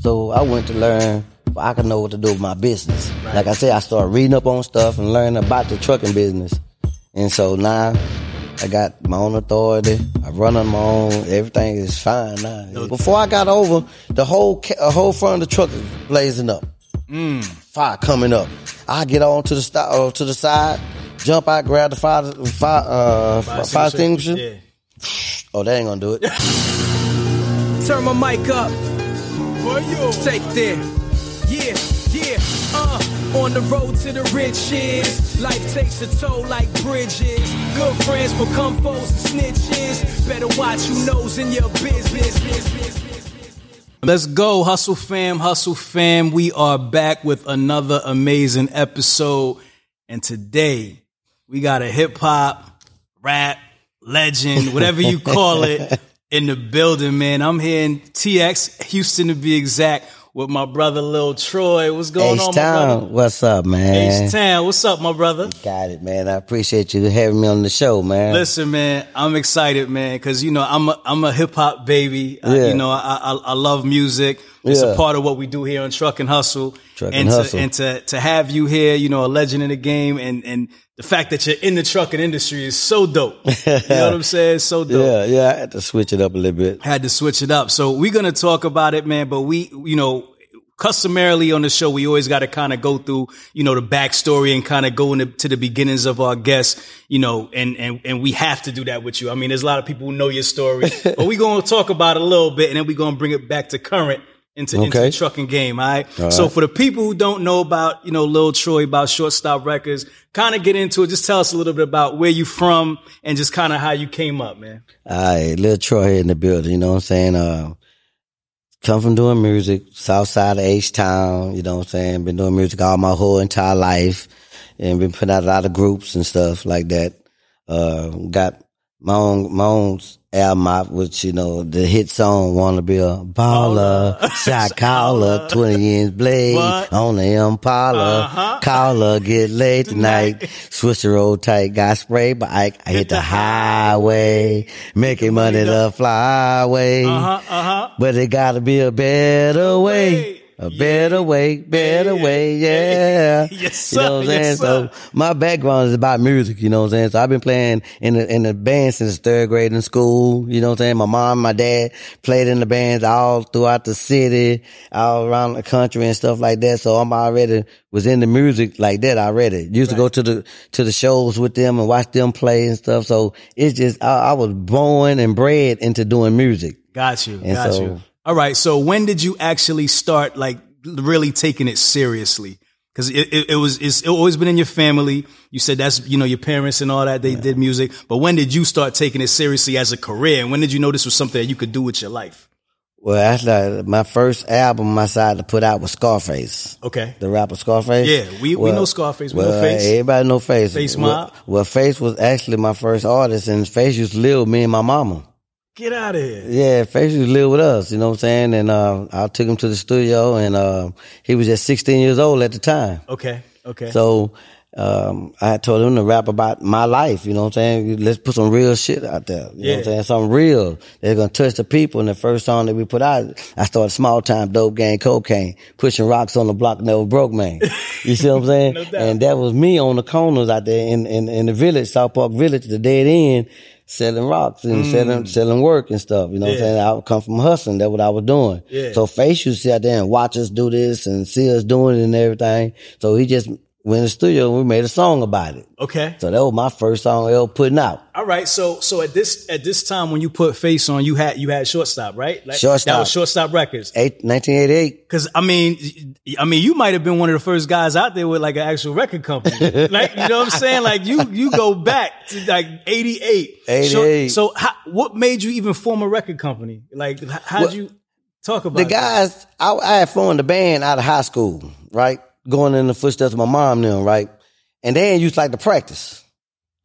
So I went to learn. if I could know what to do with my business. Like I said, I started reading up on stuff and learning about the trucking business. And so now I got my own authority. I run on my own. Everything is fine now. Before I got over, the whole ca- the whole front of the truck is blazing up. Mm. Fire coming up. I get on to the sti- uh, to the side, jump out, grab the fire fire uh, fire, extinguisher. Oh, they ain't gonna do it. Turn my mic up. Take there. Yeah, yeah, uh. On the road to the riches. Life takes a toll like bridges. Good friends become foes and snitches. Better watch who knows in your business. Let's go, Hustle Fam, Hustle Fam. We are back with another amazing episode. And today, we got a hip hop, rap, legend, whatever you call it, in the building, man. I'm here in TX, Houston to be exact, with my brother Lil Troy. What's going on, H my brother? Town, what's up, man? H Town, what's up, my brother? Got it, man. I appreciate you having me on the show, man. Listen, man, I'm excited, man, because you know I'm a I'm a hip hop baby. I- Yeah. you know, I, I I love music. It's Yeah. a part of what we do here on Truck and Hustle. Truck and and to, Hustle. And to to have you here, you know, a legend in the game, and and the fact that you're in the trucking industry is so dope. you know what I'm saying? So dope yeah, yeah. I had to switch it up a little bit. had to switch it up. So we're gonna talk about it, man. But we, you know, customarily on the show, we always got to kind of go through, you know, the backstory and kind of go into to the beginnings of our guests, you know, and and and we have to do that with you. I mean, there's a lot of people who know your story, but we're gonna talk about it a little bit, and then we're gonna bring it back to current. Into, into Okay. the trucking game, all right? So for the people who don't know about, you know, Lil Troy, about Shortstop Records, kind of get into it. Just tell us a little bit about where you from and just kind of how you came up, man. All right, little Troy here in the building. You know what I'm saying? Uh, come from doing music, south side of H Town. You know what I'm saying? Been doing music all my whole entire life, and been putting out a lot of groups and stuff like that. Uh, got my own my own album out, which you know the hit song "Wanna Be a Baller," shot caller, twenty inch blade What? on the Impala, caller get laid Uh-huh. tonight. Switch the road tight, got sprayed by Ike. I hit the highway, making money the flyway. Uh huh. But it gotta be a better way. A better way, better way, yeah. Yes, You know what I'm sir. saying? Yes, so my background is about music, you know what I'm saying? So I've been playing in the in the band since third grade in school, you know what I'm saying? My mom, my dad played in the bands all throughout the city, all around the country and stuff like that. So I'm already was in the music like that already. Used to go to the to the shows with them and watch them play and stuff. So it's just I, I was born and bred into doing music. Got you. And got so- you. All right. So when did you actually start like really taking it seriously? Because it, it, it was it's always been in your family. You said that's you know your parents and all that they did music. But when did you start taking it seriously as a career? And when did you know this was something that you could do with your life? Well, that's like my first album I decided to put out was Scarface. Okay. The rapper Scarface. Yeah, we- we know Scarface, we know well, Face. Everybody know Face. Face Mob. well, well, Face was actually my first artist, and Face used to live with me and my mama. Get out of here. Yeah, Face used to live with us. You know what I'm saying? And uh, I took him to the studio, and uh, he was just 16 years old at the time. Okay. Okay. So um, I told him to rap about my life. You know what I'm saying? Let's put some real shit out there. You know what Yeah. I'm saying? Something real. They're gonna touch the people. And the first song that we put out, I started small time dope gang cocaine, pushing rocks on the block never broke man. You see what I'm saying? No doubt. and that was me on the corners out there in, in, in the village, South Park Village, the dead end. Selling rocks and selling selling work and stuff. You know what Mm. Yeah. I'm saying? I would come from hustling. That's what I was doing. Yeah. So Face used to sit out there and watch us do this and see us doing it and everything. So he just went to the studio and we made a song about it. okay. So that was my first song ever putting out. All right, so so at this at this time when you put face on, you had you had shortstop, right? Like, That Shortstop. was shortstop records. Eight, 1988. Cause I mean, I mean, you might have been one of the first guys out there with like an actual record company. like, you know what I'm saying? Like you, you go back to like 88. So, 88. so how, what made you even form a record company? Like, how, how'd Well, you? Talk about the it. guys, I, I had formed a band out of high school, right? Going in the footsteps of my mom, them, right? And they ain't used to like to practice.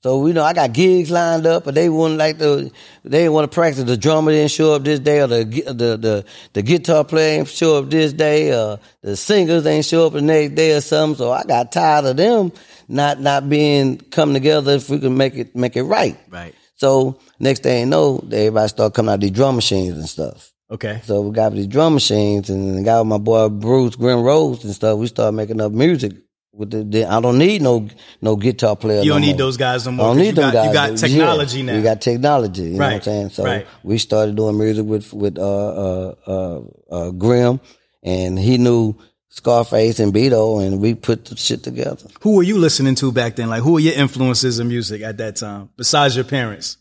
So, you know, I got gigs lined up, but they wouldn't like to, they didn't want to practice. The drummer didn't show up this day, or the, gu- the, the, the guitar player didn't show up this day, or the singers ain't show up the next day or something. So I got tired of them not, not being come together if we could make it, make it right. Right. So next thing you know, everybody start coming out these drum machines and stuff. Okay. So we got these drum machines and I got with my boy Bruce Grim Rose and stuff. We started making up music. With the, the- I don't need no no guitar player. You don't no need more. those guys no more, I don't 'cause need you them got- you guys. got Yeah, technology now. We got technology. You know what I'm Right, saying? So right. we started doing music with with uh uh uh, uh Grim, and he knew Scarface and Beto, and we put the shit together. Who were you listening to back then? Like, who were your influences in music at that time, besides your parents?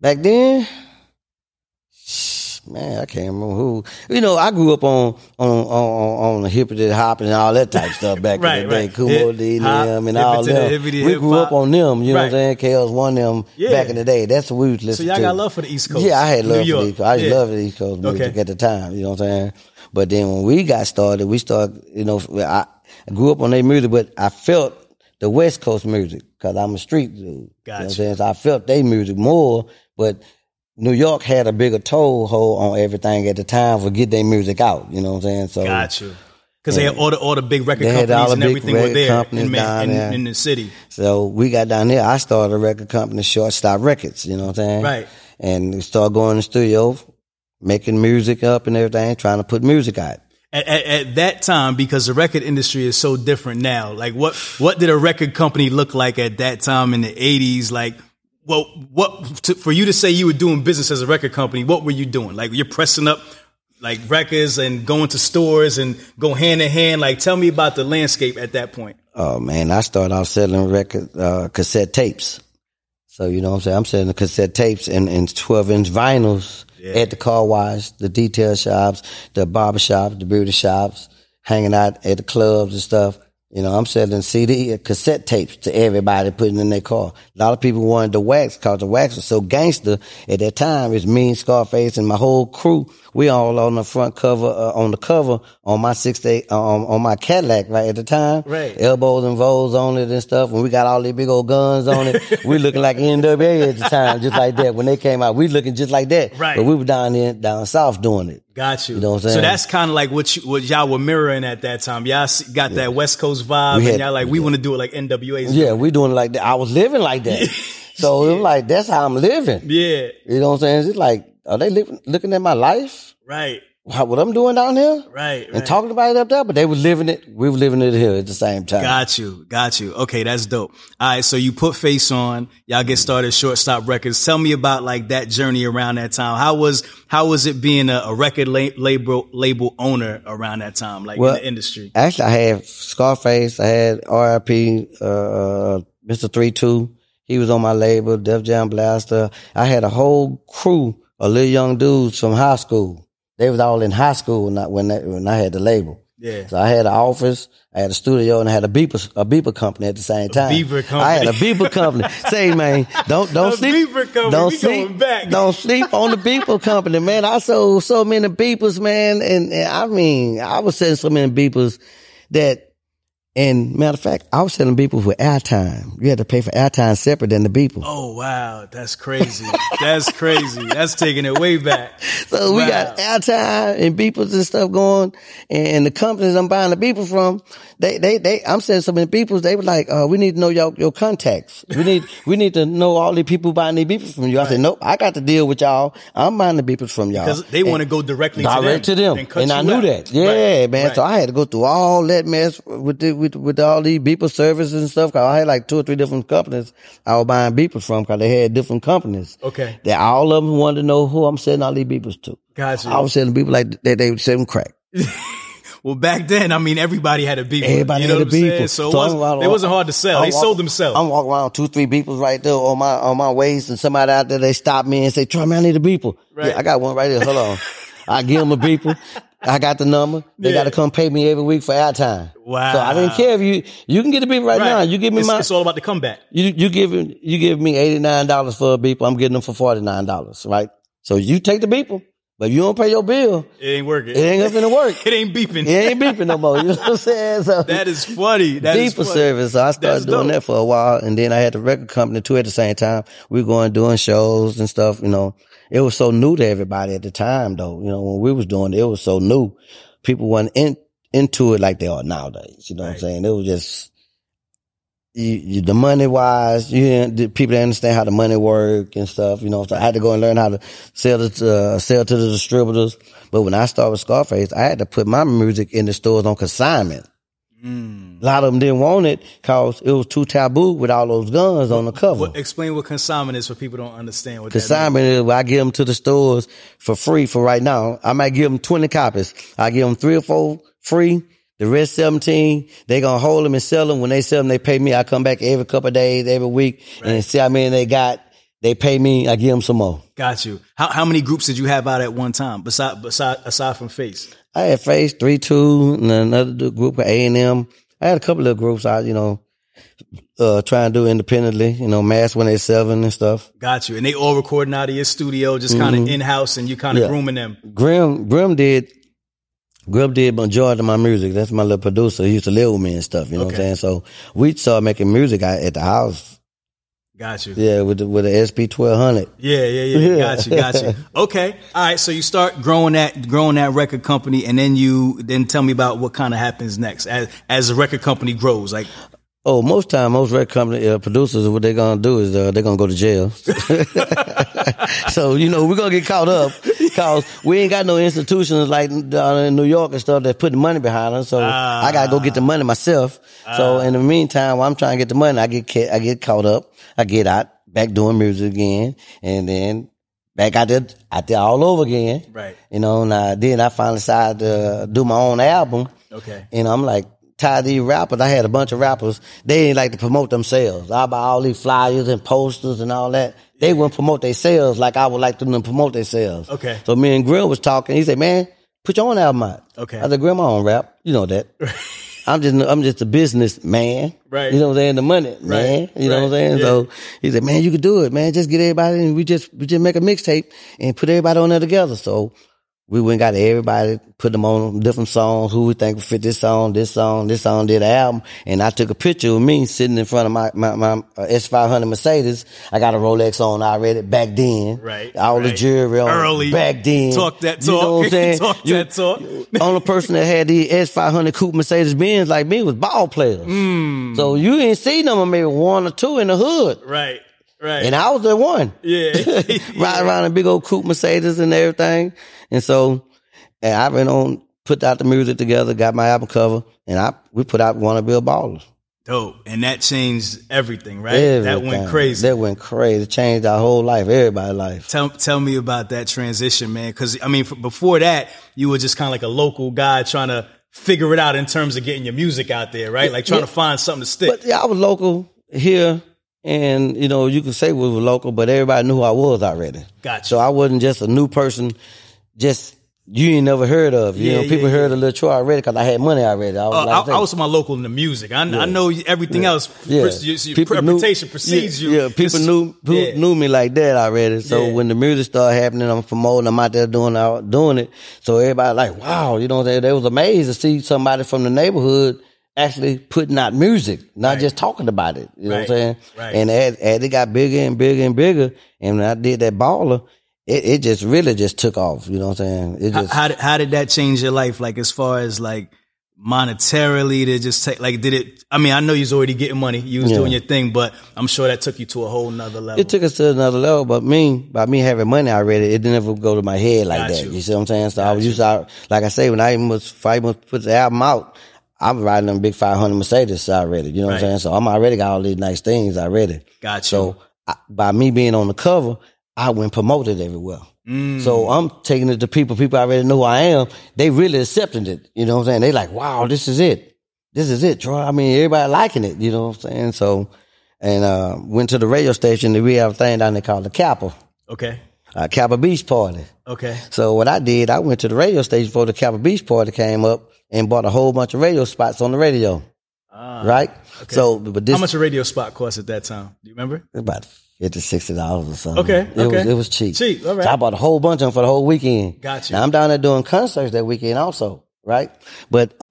Back then, man, I can't remember who. You know, I grew up on on on on, on the hippity hop and all that type of stuff back Right, in the day. right. Kumo Hip- D and hop, them and all hippity, them. hippity, we hip grew up hop. on them. You know Right. what I'm saying? KL's one of them Yeah. back in the day. That's what we was So listening y'all to. got love for the East Coast. Yeah, I had New love for York. the East Coast. I used Yeah. love for the East Coast music Okay. at the time. You know what I'm saying? But then when we got started, we started, you know, I I grew up on their music, but I felt the West Coast music because I'm a street dude. You know what I'm Gotcha. saying? So I felt their music more, but New York had a bigger toehold on everything at the time for get their music out. You know what I'm saying? So Got you. Because they had all the, all the big record They had companies all the and big everything were record there companies in, Ma- down in, there. in the city. So we got down there. I started a record company, Shortstop Records. You know what I'm saying? Right. And we started going in the studio, making music up and everything, trying to put music out. At, at, at that time, because the record industry is so different now. Like, what what did a record company look like at that time in the eighties? Like, well, what to, for you to say you were doing business as a record company? What were you doing? Like, you're pressing up like records and going to stores and go hand in hand. Like, tell me about the landscape at that point. Oh man, I started off selling record uh, cassette tapes. So you know what I'm saying? I'm selling the cassette tapes and, and 12 inch vinyls Yeah. at the car wash, the detail shops, the barber shops, the beauty shops, hanging out at the clubs and stuff. You know, I'm selling CD cassette tapes to everybody putting in their car. A lot of people wanted the wax because the wax was so gangster at that time. It's me, Scarface, and my whole crew. We all on the front cover, uh, on the cover on my six eight, um, on my Cadillac right at the time. Right. Elbows and voles on it and stuff. And we got all these big old guns on it. we looking like NWA at the time, just like that. When they came out, we looking just like that. Right. But we were down there, down south doing it. Got you. You know what So I'm saying? that's kind of like what you, what y'all were mirroring at that time. Y'all s- got that West Coast vibe, We and had- y'all like we want to do it like NWA's. Yeah, we doing it like that. I was living like that. so it was like, that's how I'm living. yeah, You know what I'm saying? It's like, are they looking, looking at my life? right, How, what I'm doing down here? right, And right. talking about it up there, but they were living it. We were living it here at the same time. Got you, got you. Okay, that's dope. All right, so you put face on, y'all get started. Shortstop Records. Tell me about like that journey around that time. How was how was it being a, a record la- label label owner around that time, like Well, in the industry? Actually, I had Scarface. I had RIP, uh, Mr. Three Two. He was on my label, Def Jam Blaster. I had a whole crew of little young dudes from high school. They was all in high school when I, when, I, when I had the label. Yeah. So I had an office, I had a studio, and I had a beeper a beeper company at the same time. beeper company. I had a beeper company. Say, man, don't don't A sleep. beeper company. Don't We sleep. going back. Don't sleep on the beeper company, man. I sold so many beepers, man, and, and I mean, I was selling so many beepers that, and matter of fact, I was selling beepers with airtime. You had to pay for airtime separate than the beeper. Oh wow, that's crazy. that's crazy. That's taking it way back. So we got Wow. airtime and beepers and stuff going, and the companies I'm buying the beeper from, they they they I'm sending so many beepers. They were like, uh, "We need to know your your contacts. We need we need to know all the people buying the beepers from you." I said, "Nope, I got to deal with y'all. I'm buying the beepers from y'all Because they And- want to go directly direct to them, cut and I you knew out. that. Yeah, Right, man. right. So I had to go through all that mess with the, with with all these beeper services and stuff. Cause I had like two or three different companies I was buying beepers from. Cause they had different companies. Okay. that all of them wanted to know who I'm selling all these beepers to. Gotcha. I was selling people like that. They were selling crack. well, back then, I mean, everybody had a beeper. Everybody you know had what a I'm beeper. saying? So it So I'm wasn't, walking- it wasn't hard to sell. I'm they walking- sold themselves. I'm walking around two, three beepers right there on my on my waist, and somebody out there they stop me and say, "Try me, I need a beeper." Right. Yeah, I got one right here. Hold on. I give them a beeper. I got the number. They Yeah. got to come pay me every week for airtime. Wow. So I didn't care if you you can get a beeper right, Right. now. You give me it's, my It's all about the comeback. you you give you give me eighty nine dollars for a beeper. I'm getting them for forty nine dollars, right? So you take the beeper. But if you don't pay your bill, It ain't working. it ain't gonna work. It ain't beeping. It ain't beeping no more. You know what I'm saying? So That is funny. That is deeper funny. service. So I started That's doing dope. that for a while, and then I had the record company too. At the same time, we were going doing shows and stuff. You know, it was so new to everybody at the time, though. You know, when we was doing it, it was so new. People weren't in, into it like they are nowadays. You know what I'm Right. saying? It was just you, you, the money wise. You didn't, the people didn't understand how the money work and stuff. You know, so I had to go and learn how to sell to uh, sell to the distributors. But when I started with Scarface, I had to put my music in the stores on consignment. A lot of them didn't want it because it was too taboo with all those guns on the cover. What, explain what consignment is for people who don't understand what Consignment is where I give them to the stores for free for right now. I might give them 20 copies. I give them three or four free. The rest 17, they gonna hold them and sell them. When they sell them, they pay me. I come back every couple of days, every week and see how many they got. They pay me. I give them some more. That means. Got you. How, how many groups did you have out at one time beside beside aside from Face? I had Face three two and another du- group with A and M. I had a couple of groups I you know uh trying to do independently. You know, Mass One Eight Seven and stuff. Got you. And they all recording out of your studio, just kind of in house, and you kind of Mm-hmm. Yeah. grooming them. Grim Grim did Grim did majority of my music. That's my little producer. He used to live with me and stuff. You know what Okay. I'm saying? So we started making music out at the house. Got you. Yeah, with the, with the SP twelve hundred. Yeah, yeah, yeah. Yeah. Got you, got you. Okay, all right. So you start growing that, growing that record company, and then you then tell me about what kind of happens next as as the record company grows. Like, Oh, most time, most record company uh, producers, what they're gonna do is uh, they're gonna go to jail. so you know we're gonna get caught up because we ain't got no institutions like down in New York and stuff that's putting money behind us. So I gotta go get the money myself. so Ah. in the meantime, while I'm trying to get the money, I get ca- I get caught up. I get out back doing music again, and then back out there out there all over again. Right. You know, and I, then I finally decided to do my own album. okay, And I'm like, tired of these rappers. I had a bunch of rappers. They didn't like to promote themselves. I buy all these flyers and posters and all that. They wouldn't promote themselves like I would like them to promote themselves. Okay. So me and Grill was talking. He said, man, put your own album out. Okay. I said, Grandma don't rap. You know that. I'm just I'm just a business man. Right. You know what I'm saying? The money, man. You know what Right. I'm saying? Yeah. So he said, Man, you could do it, man. Just get everybody and we just we just make a mixtape and put everybody on there together. So we went and got everybody, put them on different songs, who we think would fit this song, this song, this song, did the album. And I took a picture of me sitting in front of my, my, my uh, S500 Mercedes. I got a Rolex on already back then. Right, All the right. jewelry on Early. Oh, back then. Talk that You know talk. what I'm saying? Talk You- that talk. only person that had the S500 coupe Mercedes Benz like me was ball players. Hmm. So you didn't see them maybe one or two in the hood. right, right, And I was the one yeah, riding around a big old coupe Mercedes and everything. And so, and I went on, put out the music together, got my album cover, and I we put out Wanna Be a Baller. dope. And that changed everything, right? That Everything. went crazy. That went crazy. Changed our whole life, everybody's life. Tell tell me about that transition, man. Because I mean, f before that, you were just kind of like a local guy trying to figure it out in terms of getting your music out there, right? Like trying to find something to stick. But yeah, I was local here, and you know you could say we were local, but everybody knew who I was already. Gotcha. So I wasn't just a new person, just. You ain't never heard of, you Yeah, know. yeah, People yeah. heard of Lil Troy already because I had money already. I was, Uh, like I I, said- I was talking about local in the music. I, I know everything else. Yeah, pres- your- your People knew- reputation precedes yeah, you. Yeah, people This- knew who yeah. knew me like that already. So Yeah. when the music started happening, I'm promoting. I'm out there doing out doing it. So everybody like, wow, you know, they, they was amazed to see somebody from the neighborhood actually putting out music, not just talking about it. You know Right. what I'm saying? Right. And as, as it got bigger and bigger and bigger, and when I did that baller, it, it just really just took off. You know what I'm saying? It How, just how did, how did that change your life? Like as far as like monetarily to just take like did it? I mean, I know you was already getting money. You was Yeah. doing your thing, but I'm sure that took you to a whole nother level. It took us to another level, but me, by me having money already, it didn't ever go to my head like Got that. you. You. see what I'm saying? So I was used to, I- like I say, when I even was, if I even was put the album out, I was riding them big 500 Mercedes already. You know Right. what I'm saying? So I'm already got all these nice things already. Got you. So I, by me being on the cover, I went promoted everywhere. So I'm taking it to people. People already know who I am. They really accepting it. You know what I'm saying? They like, wow, this is it. This is it, Troy. I mean, everybody liking it. You know what I'm saying? So, and uh, went to the radio station. and We have a thing down there called the Kappa, okay, uh, Kappa Beach Party. okay, So what I did, I went to the radio station before the Kappa Beach Party came up and bought a whole bunch of radio spots on the radio. right? So, but this How much a radio spot cost at that time? Do you remember? about fifty, sixty dollars or something. Okay, it was okay. it was cheap. Cheap, all right. So I bought a whole bunch of them for the whole weekend. Gotcha. Now I'm down there doing concerts that weekend also, right? But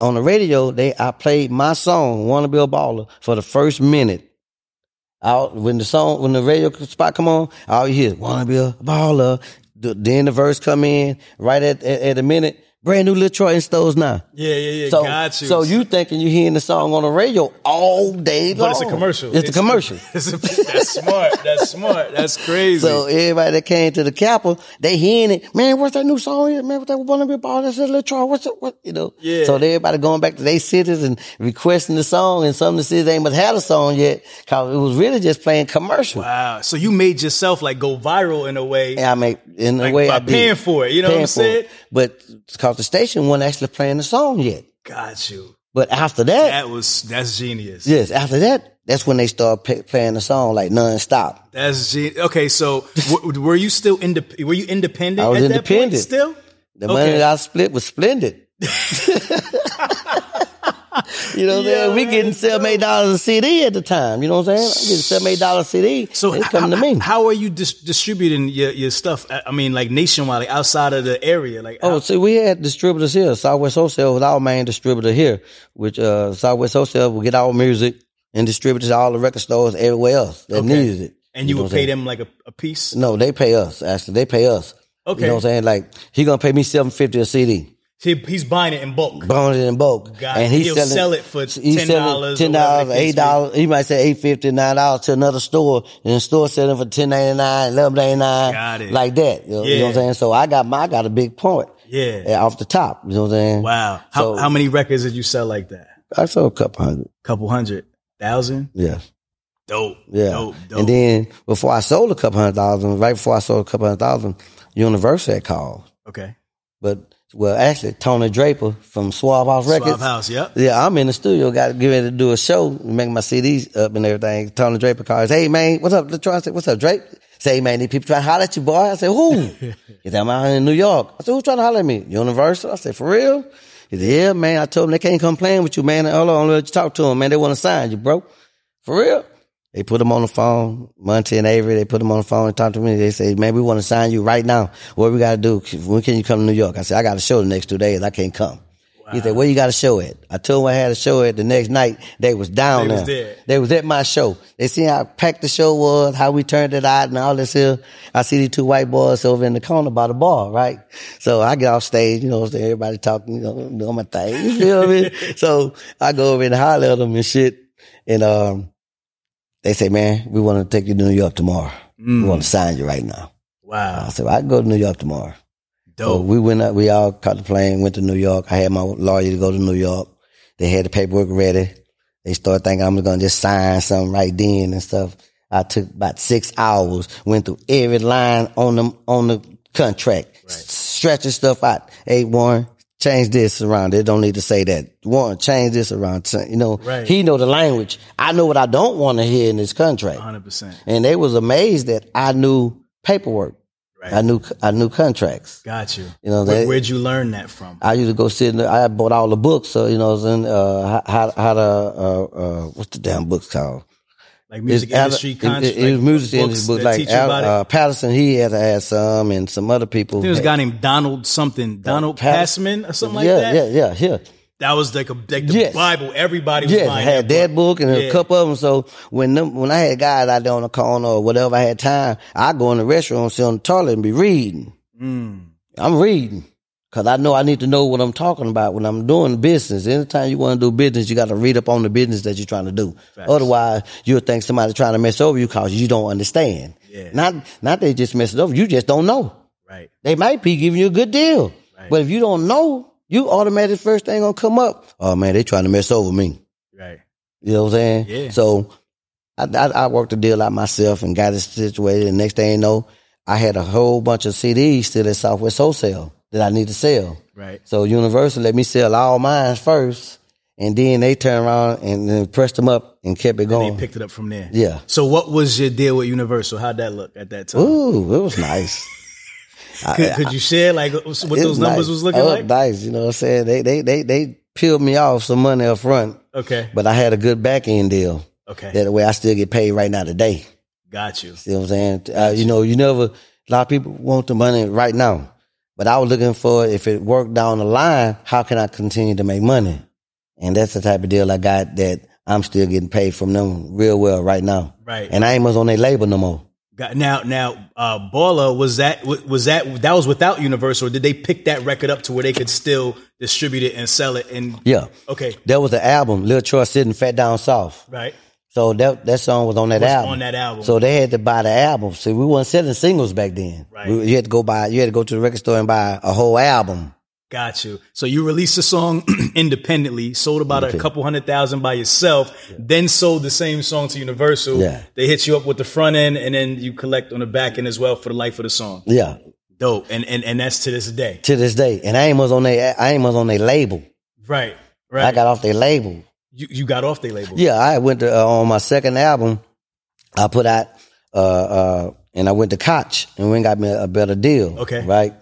on the radio, they I played my song "Wanna Be a Baller" for the first minute. Out when the song when the radio spot come on, all you hear is, "Wanna Be a Baller." Th- Then the verse come in right at at, at a minute. Brand new Latroy and Stones now. Yeah, yeah, yeah. So, Got you. so you thinking you hearing the song on the radio all day But long? it's a commercial. It's, a commercial. It's a- that's smart. That's smart. That's crazy. So everybody that came to the Capitol, they hearing it. Man, what's that new song? Here? Man, what that one of them ball? That's a little Troy. What's it? What you know? Yeah. So everybody going back to their cities and requesting the song, and some of the cities ain't but had a song yet because it was really just playing commercial. wow. Uh, So you made yourself like go viral in a way. And I make in Like, a way by I did. paying for it, you know what I'm Paying for saying? it. But because the station wasn't actually playing the song yet. Got you. But after that, That was that's genius. yes, after that, that's when they started pay, playing the song like nonstop. That's genius. Okay. So w- were you still indep- Were you independent? I was at that point independent. still. The Okay. money that I split was splendid. you know what I'm saying? We Yo, getting that's dope. seven, eight dollars a CD at the time. You know what I'm saying? I'm getting seven, eight dollars a CD. So So they come to h- me. h- How are you dis- distributing your, your stuff? I I mean, like nationwide, like outside of the area. Like Oh, see, we had distributors here. Southwest Wholesale was our main distributor here, which uh, Southwest Wholesale would get our music and distribute it to all the record stores everywhere else that needed it. and you, know would what I'm pay saying? them like a, a piece. No, they pay us. Actually, they pay us. Okay. You know what I'm saying? Like he gonna pay me seven fifty a CD. He, he's buying it in bulk. bought it in bulk, Got and it. he's He'll selling sell it for he's selling $10 or ten whatever dollars, the case eight dollars. He might say eight fifty, nine dollars to another store, and the store selling for ten ninety nine, eleven ninety Got it. nine, like that. You know, you know what Yeah. I'm saying? So I got my I got a big point, Yeah. uh, off the top. You know what I'm saying? Wow. How, So- how many records did you sell like that? I sold a couple hundred. Couple hundred thousand? Yeah, Dope. yeah. Dope. Dope. And then before I sold a couple hundred thousand, right before I sold a couple hundred thousand, Universal had called, okay. but well, actually Tony Draper from Swab House Records. Swap house. Yep. Yeah, I'm in the studio, got to get ready to do a show, make my CDs up and everything. Tony Draper calls, hey man, what's up, Detroit? I said, what's up, Drake? Say, hey, man, these people trying to holler at you, boy. I said, who? he said, I'm out here in New York. I said, who's trying to holler at me? Universal? I said, for real? He said, yeah, man. I told him they can't come playing with you, man. Hold on, let you talk to them, man. They want to sign you, bro. For real? They put him on the phone, Monty and Avery, they put him on the phone and talked to me. They say, man, we want to sign you right now. What we got to do? When can you come to New York? I said, I got a show the next two days. I can't come. He said, where you got a show at? I told him I had a show at the next night. They was down They was there. there. They was at my show. They seen how packed the show was, how we turned it out and all this here. I see these two white boys over in the corner by the bar, right? So I get off stage, you know what I'm saying? Everybody talking, you know, doing my thing. You feel me? So I go over and holler at them and shit. And, um, they say, man, we want to take you to New York tomorrow. Mm. We want to sign you right now. I Wow. said, well, I can go to New York tomorrow. So Dope. we went up, we all caught the plane, went to New York. I had my lawyer to go to New York. They had the paperwork ready. They started thinking I'm gonna just sign something right then and stuff. I took about six hours, went through every line on the on the contract, s- stretching stuff out. Hey Warren, change this around. They don't need to say that. Warren, change this around. Ch- You know, Right. he know the language. I know what I don't want to hear in this contract. 100%. And they was amazed that I knew paperwork. Right. I knew I knew contracts. Got you. You know, Where, that- where'd you learn that from? I used to go sit in. The, I had bought all the books, so you know, what I'm saying, uh, how how to uh, uh, what's the damn books called? Like music It's industry Al- contract. It, it, it was like music books industry books that like teach you Al, about it? uh, Patterson. He had had some, and some other people. there was a had- guy named Donald something, Donald Patterson. Passman or something like yeah, that. yeah, yeah, yeah. That was like a like the Yes. Bible. Everybody was Yes, I buying had that book, and Yeah. a couple of them. So when them, when I had guys out there on the corner or whatever, I had time. I go in the restroom, sit on the toilet, and be reading. Mm. I'm reading because I know I need to know what I'm talking about when I'm doing business. Anytime you want to do business, you got to read up on the business that you're trying to do. Otherwise, you'll think somebody trying to mess over you because you don't understand. Yeah. Not not they just mess it over. You just don't know. Right. They might be giving you a good deal, Right. but if you don't know, you automatically first thing gonna come up. Oh man, they trying to mess over me. Right. You know what I'm saying? Yeah. So I, I, I worked the deal out myself and got it situated. And next thing you know, I had a whole bunch of CDs still at Southwest Wholesale that I need to sell. Right. So Universal let me sell all mine first, and then they turned around and then pressed them up and kept They it going. picked it up from there. Yeah. So what was your deal with Universal? How'd that look at that time? Ooh, it was nice. could, could you share like what those It uh, numbers nice. was looking It like? Nice, you know what I'm saying? They they they they peeled me off some money up front, Okay. but I had a good back end deal. Okay. That way I still get paid right now today. Got you. You know what I'm saying? Uh, you know, you never a lot of people want the money right now. But I was looking for if it worked down the line, how can I continue to make money? And that's the type of deal I got that I'm still getting paid from them real well right now. Right. And I ain't much on their label no more. Got, now, now, uh, Baller was that wa- was that that was without Universal? Or did they pick that record up to where they could still distribute it and sell it? And Yeah. okay, That was the album, Lil Troy Sitting Fat Down South. right, So that that song was on that Was album. on that album. So they had to buy the album. See, we weren't selling singles back then. Right. We, you had to go buy. You had to go to the record store and buy a whole album. got you. So you released the song independently, sold about a couple hundred thousand by yourself, then sold the same song to Universal. Yeah. They hit you up with the front end, and then you collect on the back end as well for the life of the song. Yeah. Dope, and and and that's to this day. To this day, and I ain't was on they. I ain't was on their label. Right, right. I got off their label. you, you got off their label. Yeah, I went to uh, on my second album. I put out uh uh, and I went to Koch and went and got me a, a better deal. Okay. right.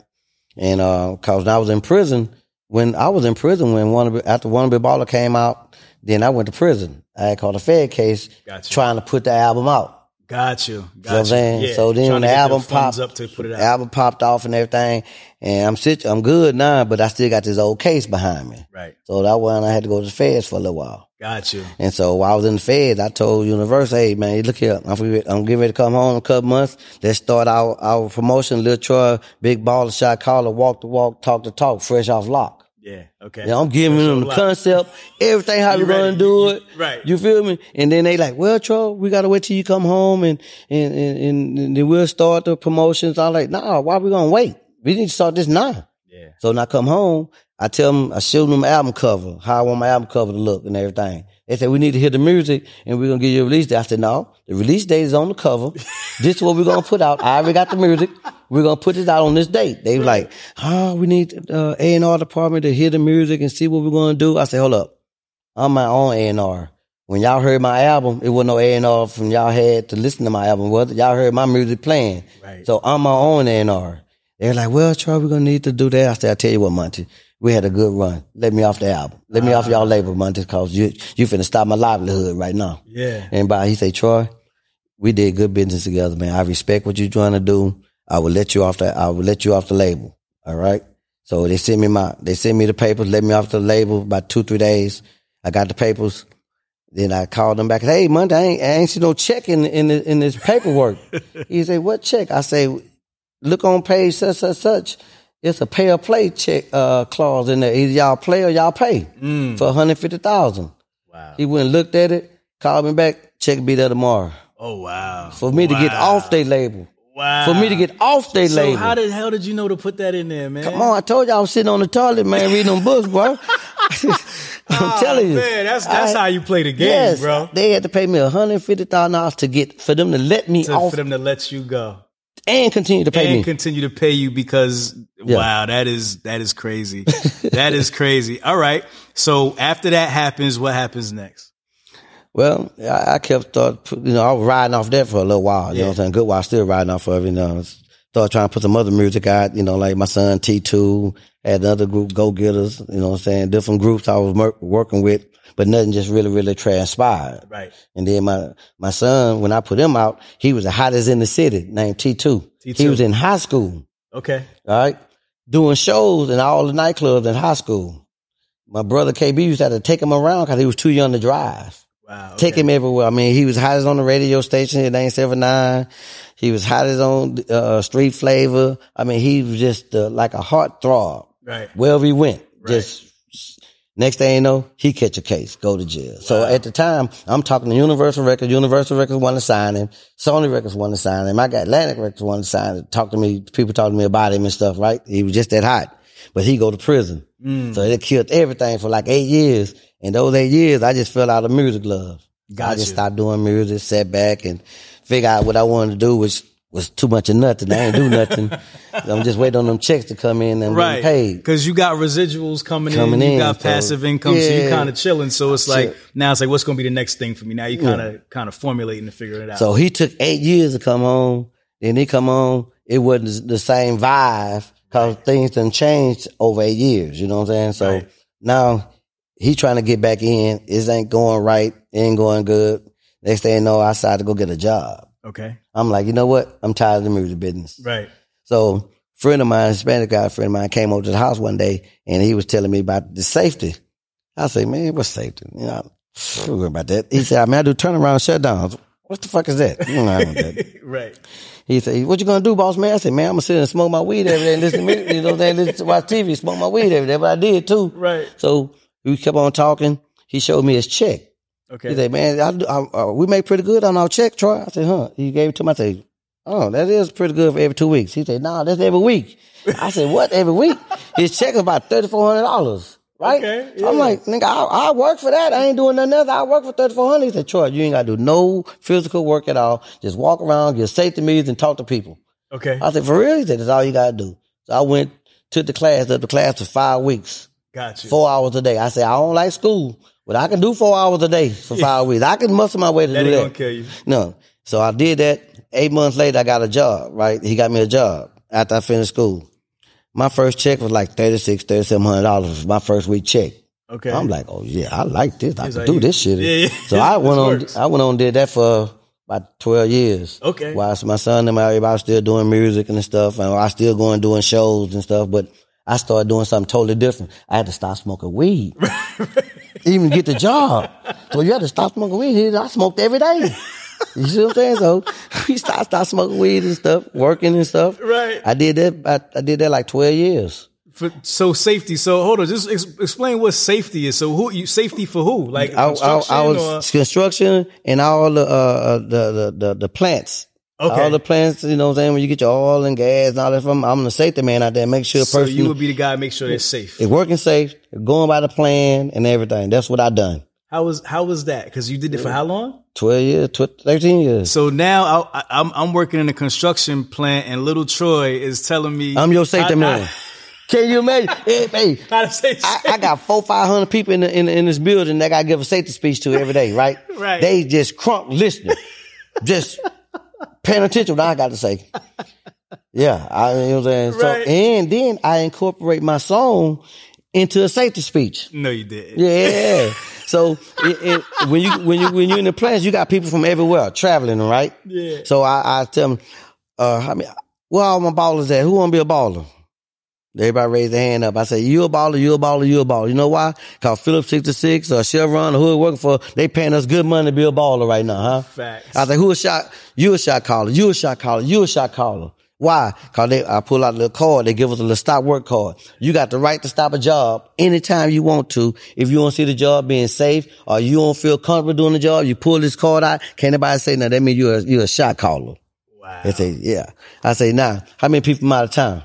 And uh, cause when I was in prison, when I was in prison, when one of, after one of baller came out, then I went to prison. I had caught a Fed case Gotcha. trying to put the album out. Got you. Got You know what I'm you. saying? Yeah, So then trying when to the get album funds popped, up to put it the out. album popped off and everything, and I'm sit, I'm good now, but I still got this old case behind me. Right. So that one I had to go to the feds for a little while. Got you. And so while I was in the feds, I told Universal, hey man, look here, I'm, free, I'm getting ready to come home in a couple months. Let's start our, our promotion, Lil Troy, Big Baller, Shot Caller, Walk the Walk, Talk the Talk, Fresh Off Lock. Yeah. Okay. Yeah, I'm giving them the lot. concept, everything how You you gonna ready. do You- it. right. You feel me? And then they like, well, Troy, we gotta wait till you come home and and and, and, and then we'll start the promotions. I'm like, nah, why we gonna wait? We need to start this now. Yeah. So when I come home, I tell them, I show them the album cover, how I want my album cover to look and everything. They said, we need to hear the music and we're going to give you a release date. I said, no, the release date is on the cover. this is what we're going to put out. I already got the music. We're going to put it out on this date. They was like, oh, we need uh, A&R department to hear the music and see what we're going to do. I said, hold up. I'm my own A&R. When y'all heard my album, it wasn't no A&R from y'all had to listen to my album. Was it? Y'all heard my music playing. Right. So I'm my own A&R. They're like, well, Troy, we're going to need to do that. I said, I tell you what, Monty, we had a good run. Let me off the album. Let me off y'all label, Monty, because you, you finna stop my livelihood right now. Yeah. And by, he say, Troy, we did good business together, man. I respect what you're trying to do. I will let you off the, I will let you off the label. All right. So they sent me my, they sent me the papers, let me off the label about two, three days. I got the papers. Then I called them back. Hey, Monday, I ain't, I ain't see no check in in the- in this paperwork. he said, "What check?" I say, "Look on page such such such. It's a pay or play check uh, clause in there. Either y'all play or y'all pay for one hundred fifty thousand. Wow. He went and looked at it, called me back. Check be there tomorrow Oh wow. for me to get Wow. off their label. Wow. For me to get off their So label. how the hell did you know to put that in there, man? Come on, I told you I was sitting on the toilet, man, reading them books, bro. I'm telling you, Oh, man, that's that's I- how you play the game, yes, bro. They had to pay me hundred fifty thousand dollars to get for them to let me To, off for them to let you go and continue to pay and me. continue to pay you because wow, that is that is crazy. that is crazy. All right. So after that happens, what happens next? well, I, I kept thought, put- you know, I was riding off that for a little while. You know what I'm saying? Good while, still riding off of it. You know, started trying to put some other music out. You know, like my son T two had another group, Go Getters. You know what I'm saying? Different groups I was mer- working with, but nothing just really, really transpired. Right. And then my my son, when I put him out, he was the hottest in the city, named T two. He T2. was in high school. Okay. All right. Doing shows in all the nightclubs in high school. My brother KB used to have to take him around because he was too young to drive. Wow. Okay. Take him everywhere. I mean, he was hottest on the radio station at 979. He was hottest on uh, Street Flavor. I mean, he was just uh, like a heartthrob Right. wherever he went. Right. Just next thing you know, he catch a case, go to jail. So at the time, I'm talking to Universal Records. Universal Records wanted to sign him. Sony Records wanted to sign him. I got Atlantic Records wanted to sign him. Talk to me. People talk to me about him and stuff. Right? He was just that hot, but he go to prison. Mm. So they killed everything for like eight years. And those eight years, I just fell out of music love. I just stopped doing music, sat back and figure out what I wanted to do, which was too much of nothing. I ain't do nothing. I'm just waiting on them checks to come in and right. be paid. Because you got residuals coming, in, Coming you in, got so- passive income, so you Yeah. kind of chilling. So it's Chill. like now it's like what's going to be the next thing for me? Now you kind of kind of formulating and figuring it out. So he took eight years to come home. Then he come home, it wasn't the same vibe because things done changed over eight years. You know what I'm saying? So Right. now he trying to get back in. It ain't going right. It ain't going good. Next thing you know, I decided to go get a job. okay, I'm like, you know what? I'm tired of the music business. right, So friend of mine, Hispanic guy, friend of mine came over to the house one day and he was telling me about the safety. I say, man, what's safety? You know, I don't worry about that. He said, I mean, I do turnaround shutdowns. What the fuck is that? You know, I don't do that. right. He said, what you gonna do, boss man? I said, man, I'm gonna sit and smoke my weed every day and listen to music. You know, they listen to watch TV, smoke my weed every day. But I did too. Right. So we kept on talking. He showed me his check. Okay, He said, man, I, do- I, uh, we make pretty good on our check, Troy. I said, huh? He gave it to me. I said, oh, that is pretty good for every two weeks. He said, nah, that's every week. I said, what, every week? His check is about $3,400, right? Okay, So I'm yeah. like, nigga, I, I work for that. I ain't doing nothing else. I work for 3400 He said, Troy, you ain't got to do no physical work at all. Just walk around, get safety meetings, and talk to people. okay, I said, for real? He said, that's all you got to do. So I went, took the class, took the class for five weeks got you. four hours a day. I say I don't like school, but I can do four hours a day for five weeks. I can muscle my way to That do ain't that. gonna kill you. No, so I did that. Eight months later, I got a job. Right, he got me a job after I finished school. My first check was like thirty six, thirty seven hundred dollars. My first week check. Okay, I'm like, oh yeah, I like this. I He's can like, do this shit. yeah, yeah. So I went This on. works. I went on and did that for about twelve years. Okay. While my son and my everybody still doing music and stuff, and I still going doing shows and stuff, but. I started doing something totally different. I had to stop smoking weed, even get the job. So you had to stop smoking weed. I smoked every day. You see what I'm saying? So we start start smoking weed and stuff, working and stuff. Right. I did that. I, I did that like twelve years. for, so safety. So hold on, just ex- explain what safety is. So who you safety for who? Like I, I, construction I or- was construction and all the, uh, uh, the, the, the, the plants. Okay. All the plants, you know what I'm saying? When you get your oil and gas and all that from, I'm the safety man out there. Make sure a so person you would be the guy to make sure they're safe. is working safe, going by the plan and everything. That's what I done. How was how was that? Because you did it for how long? 12 years, 12, 13 years. So now I, I, I'm I'm working in a construction plant, and little Troy is telling me I'm your safety I- man. I- Can you imagine? hey, hey, how to say I, safe. I got four, five hundred people in, the, in in this building that I give a safety speech to every day, right? Right. They just crunk listening, just paying attention to what I got to say. Yeah, I you know what I'm saying. Right. So and then I incorporate my song into a safety speech. no, you did. not Yeah. So it, it, when you when you when you're in the plans, you got people from everywhere traveling, right? Yeah. So I, I tell them, uh, how many, where all my ballers at? Who want to be a baller? Everybody raise their hand up. I say, you a baller, you a baller, you a baller. You know why? Cause Phillips 66 or Chevron or who it working for, they paying us good money to be a baller right now, huh? Facts. I say, who a shot? You a shot caller. You a shot caller. You a shot caller. Why? Cause they, I pull out a little card. They give us a little stop work card. You got the right to stop a job anytime you want to. If you don't see the job being safe or you don't feel comfortable doing the job, you pull this card out. Can't nobody say no. That means you a, you a shot caller. Wow. They say, yeah. I say, nah. How many people from out of town?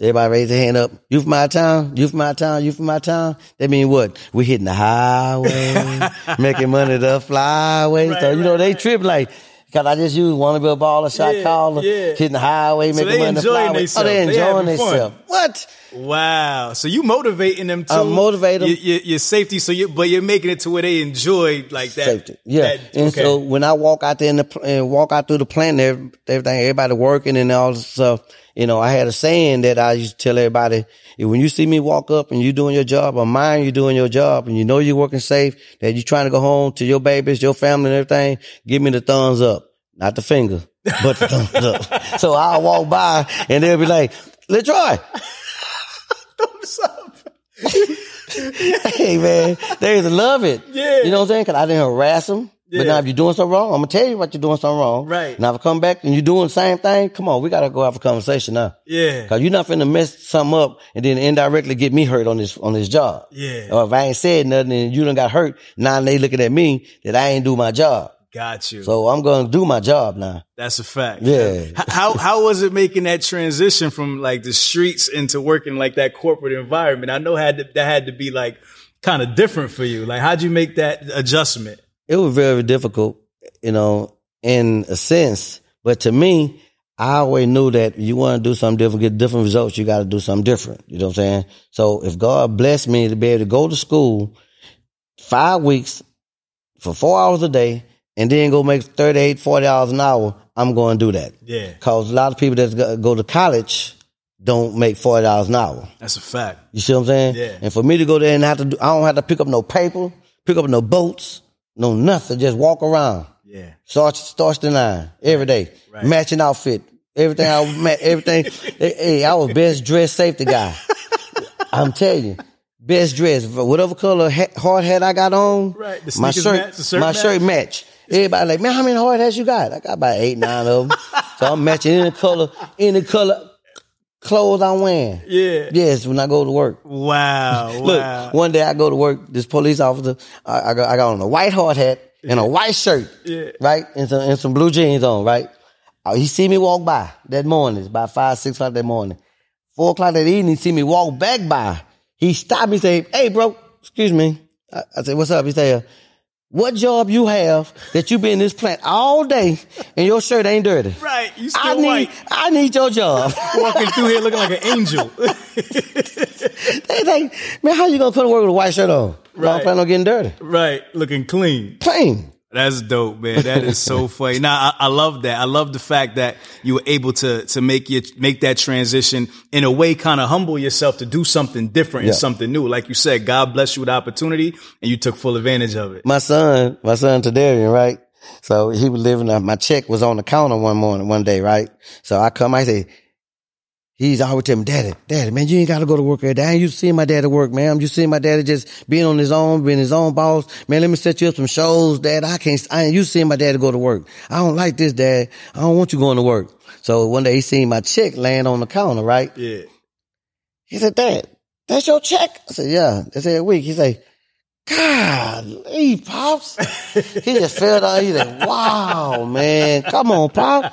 Everybody raise their hand up. You from out of town? You from out of town? You from out of town? That mean what? We hitting the highway, making money the flyway. Right, so you know right, they right. trip like. Cause I just use wanna be a baller, shot Yeah, caller, yeah. hitting the highway, making they money the enjoying flyway. theyself. Oh, they They enjoying having fun. themselves. What? Wow. So you motivating them to I'm motivating 'em. your, your safety. So you but you're making it to where they enjoy like that. safety. Yeah. that- and okay. so when I walk out there in the, pl- and walk out through the plant, and ev- everything, everybody working and all this stuff, you know, I had a saying that I used to tell everybody, "If- when you see me walk up and you doing your job or mind you doing your job and you know you're working safe, that you trying to go home to your babies, your family and everything, give me the thumbs up, not the finger, but the thumbs up. So I'll walk by and they'll be like, Letroy. hey man, they used to love it. Yeah. You know what I'm saying? Cause I didn't harass them. But Yeah. now if you're doing something wrong, I'm gonna tell you what you're doing something wrong. Right. Now if I come back and you're doing the same thing, come on, we gotta go have a conversation now. Yeah. Cause you're not finna mess something up and then indirectly get me hurt on this on this job. Yeah. Or if I ain't said nothing and you done got hurt, now they looking at me that I ain't do my job. Got you. So I'm gonna do my job now. That's a fact. Yeah. H- How how was it making that transition from like the streets into working like that corporate environment? I know had to, that had to be like kind of different for you. Like how'd you make that adjustment? it was very difficult, you know, in a sense. But to me, I always knew that you want to do something different, get different results, you got to do something different. You know what I'm saying? So if God blessed me to be able to go to school five weeks for four hours a day and then go make 38, 40 hours an hour, I'm going to do that. Yeah. Because a lot of people that go- go to college don't make 40 dollars an hour. That's a fact. You see what I'm saying? Yeah. And for me to go there and have to do, I don't have to pick up no paper, pick up no boats, no nothing. Just walk around. Yeah. Starts starts the nine every day. Right. Matching outfit. Everything I was ma- everything. hey, hey, I was best dressed safety guy. I'm telling you. Best dressed, whatever color ha- hard hat I got on, Right, the my sneakers shirt, match, the shirt my match. shirt match. Everybody like, man, how many hard hats you got? I got about eight, nine of them. so I'm matching any color, any color clothes I'm wearing. Yeah. Yes, when I go to work. Wow. Look, wow. one day I go to work. This police officer, I, I, got, I got on a white hard hat and a white shirt, right, and some and some blue jeans on, right. Uh, He see me walk by that morning, it's about five six o'clock that morning, four o'clock that evening. He see me walk back by. He stopped me, say, "Hey, bro, excuse me." I, I said, "What's up?" He said, "What job you have that you been in this plant all day and your shirt ain't dirty?" Right. You I still need, white. I need your job. Walking through here looking like an angel. they think, man, how you gonna come to work with a white shirt on? No, I'm Right. planning on getting dirty. right. Looking clean. Plain. That's dope, man. That is so funny. Now I, I love that. I love the fact that you were able to to make your make that transition in a way, kind of humble yourself to do something different and Yeah. something new. Like you said, God bless you with the opportunity, and you took full advantage of it. my son, my son Tadarian, right? So he was living. uh, My check was on the counter one morning, one day, right? So I come, I say, he's always telling me, "Daddy, Daddy, man, you ain't got to go to work every day. I ain't used to seeing my dad at work, man. I'm used to seeing my daddy just being on his own, being his own boss. Man, let me set you up some shows, Dad. I can't. I ain't used to seeing my dad go to work. I don't like this, Dad. I don't want you going to work." So one day he seen my check laying on the counter, right? Yeah. He said, Dad, that's your check? I said, Yeah. They said, a week. He said, Golly, Pops. he just fell down. He said, Wow, man. Come on, Pop.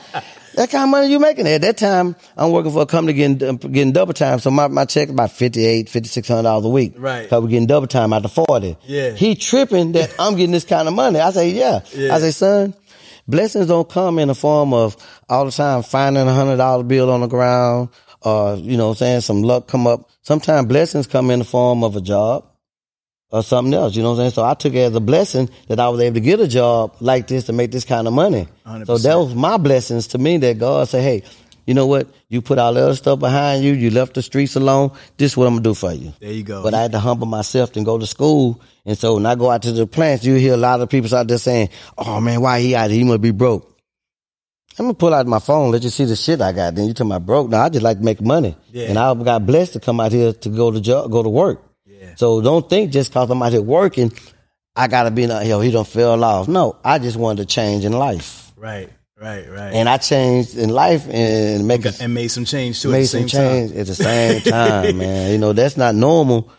That kind of money you making. At that time, I'm working for a company getting, getting double time. So my, my check about 58 $5,600 a week. Right. Cause we're getting double time out of 40. Yeah. He tripping that I'm getting this kind of money. I say, yeah. Yeah. I say, son, blessings don't come in the form of all the time finding a hundred dollar bill on the ground or, you know, what I'm saying some luck come up. Sometimes blessings come in the form of a job or something else. You know what I'm saying? So I took it as a blessing that I was able to get a job like this to make this kind of money. 100%. So that was my blessings to me that God said, hey, you know what? You put all the other stuff behind you. You left the streets alone. This is what I'm going to do for you. There you go. But I had to humble myself and go to school. And so when I go out to the plants, you hear a lot of people out there saying, oh man, why he out here? He must be broke. I'm gonna pull out my phone, let you see the shit I got. Then you tell me I broke. Now I just like to make money, Yeah. and I got blessed to come out here to go to job, go to work. So don't think just cause I'm out here working, I gotta be like, yo, he don't fell off. No, I just wanted to change in life, Right. Right. Right. and I changed in life and make a and made some change too. at the made same some change at the same time, man. You know, that's not normal.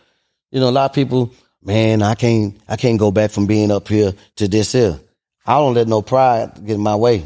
You know, a lot of people, man, I can't I can't go back from being up here to this here. I don't let no pride get in my way.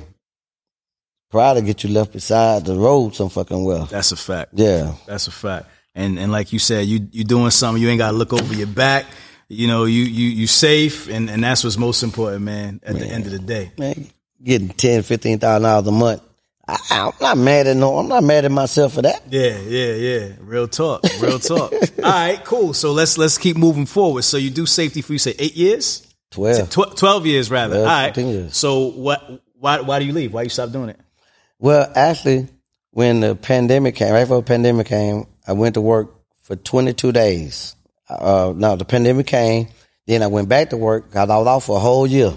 Pride will get you left beside the road some fucking well. That's a fact. Yeah. That's a fact. And and like you said, you you doing something, you ain't gotta look over your back. You know, you you you safe and, and that's what's most important, man, at the end of the day. Man, getting ten, fifteen thousand dollars a month. I, I'm not mad at no I'm not mad at myself for that. Yeah, yeah, yeah. Real talk. Real talk. All right, cool. So let's let's keep moving forward. So you do safety for you say eight years? Twelve. Tw- twelve years rather. Twelve, All right. 13 years. So what why why do you leave? Why you stop doing it? Well, actually, when the pandemic came, right before the pandemic came, I went to work for 22 days. Uh, no, the pandemic came. Then I went back to work. 'cause I was off for a whole year.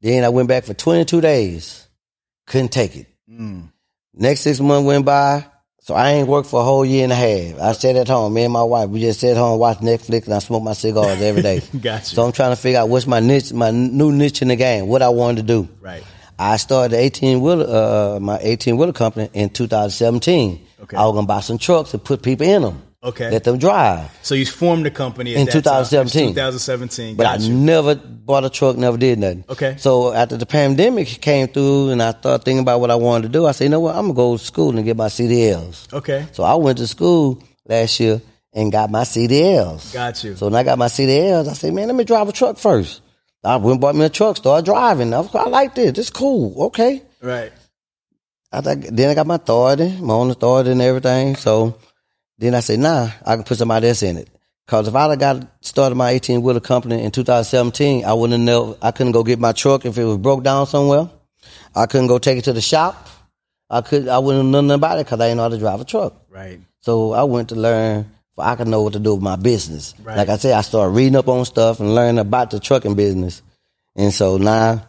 Then I went back for 22 days. Couldn't take it. Next six months went by. So I ain't worked for a whole year and a half. I sat at home. Me and my wife, we just sat at home, watched Netflix, and I smoked my cigars every day. Gotcha. So I'm trying to figure out what's my niche, my new niche in the game, what I wanted to do. Right. I started the 18 wheeler, uh, my 18 wheeler company in 2017. Okay. I was gonna buy some trucks and put people in them. Okay. Let them drive. So you formed the company at In that time. 2017. 2017. But Got I you. never bought a truck, never did nothing. Okay. So after the pandemic came through and I started thinking about what I wanted to do, I said, you know what, I'm gonna go to school and get my CDLs. Okay. So I went to school last year and got my CDLs. Got you. So when I got my CDLs, I said, man, let me drive a truck first. I went and bought me a truck, started driving. I, was, I like this. This cool. Okay. Right. I think then I got my authority, my own authority and everything. So then I said, nah, I can put somebody else in it. Cause if I'd have got started my 18 wheeler company in 2017, I wouldn't have know, I couldn't go get my truck if it was broke down somewhere. I couldn't go take it to the shop. I could, I wouldn't have known nothing about it cause I didn't know how to drive a truck. Right. So I went to learn for I can know what to do with my business. Like I said, I started reading up on stuff and learning about the trucking business. And so now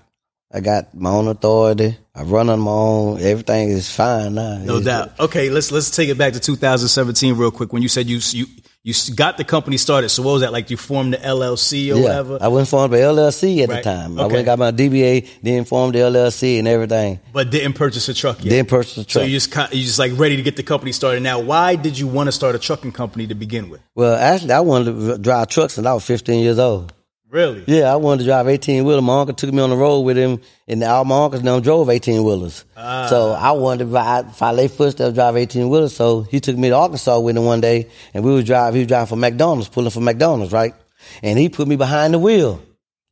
I got my own authority. I run on my own. Everything is fine now. No It's- doubt. Okay, let's let's take it back to 2017 real quick. When you said you you you got the company started, so what was that like? You formed the LLC or whatever. I wasn't formed by LLC at Right. the time. I Okay. went and got my DBA, then formed the LLC and everything. but didn't purchase a truck yet. Then purchased the so truck. you just kind, you just like ready to get the company started. Now, why did you want to start a trucking company to begin with? well, actually, I wanted to r- drive trucks since I was 15 years old. Really? Yeah, I wanted to drive 18 wheeler. My uncle took me on the road with him, and all my uncles now drove 18 wheelers. so I wanted to ride, follow their footsteps, drive 18 wheelers. So he took me to Arkansas with him one day, and we was driving, he was driving for McDonald's, pulling for McDonald's, right? And he put me behind the wheel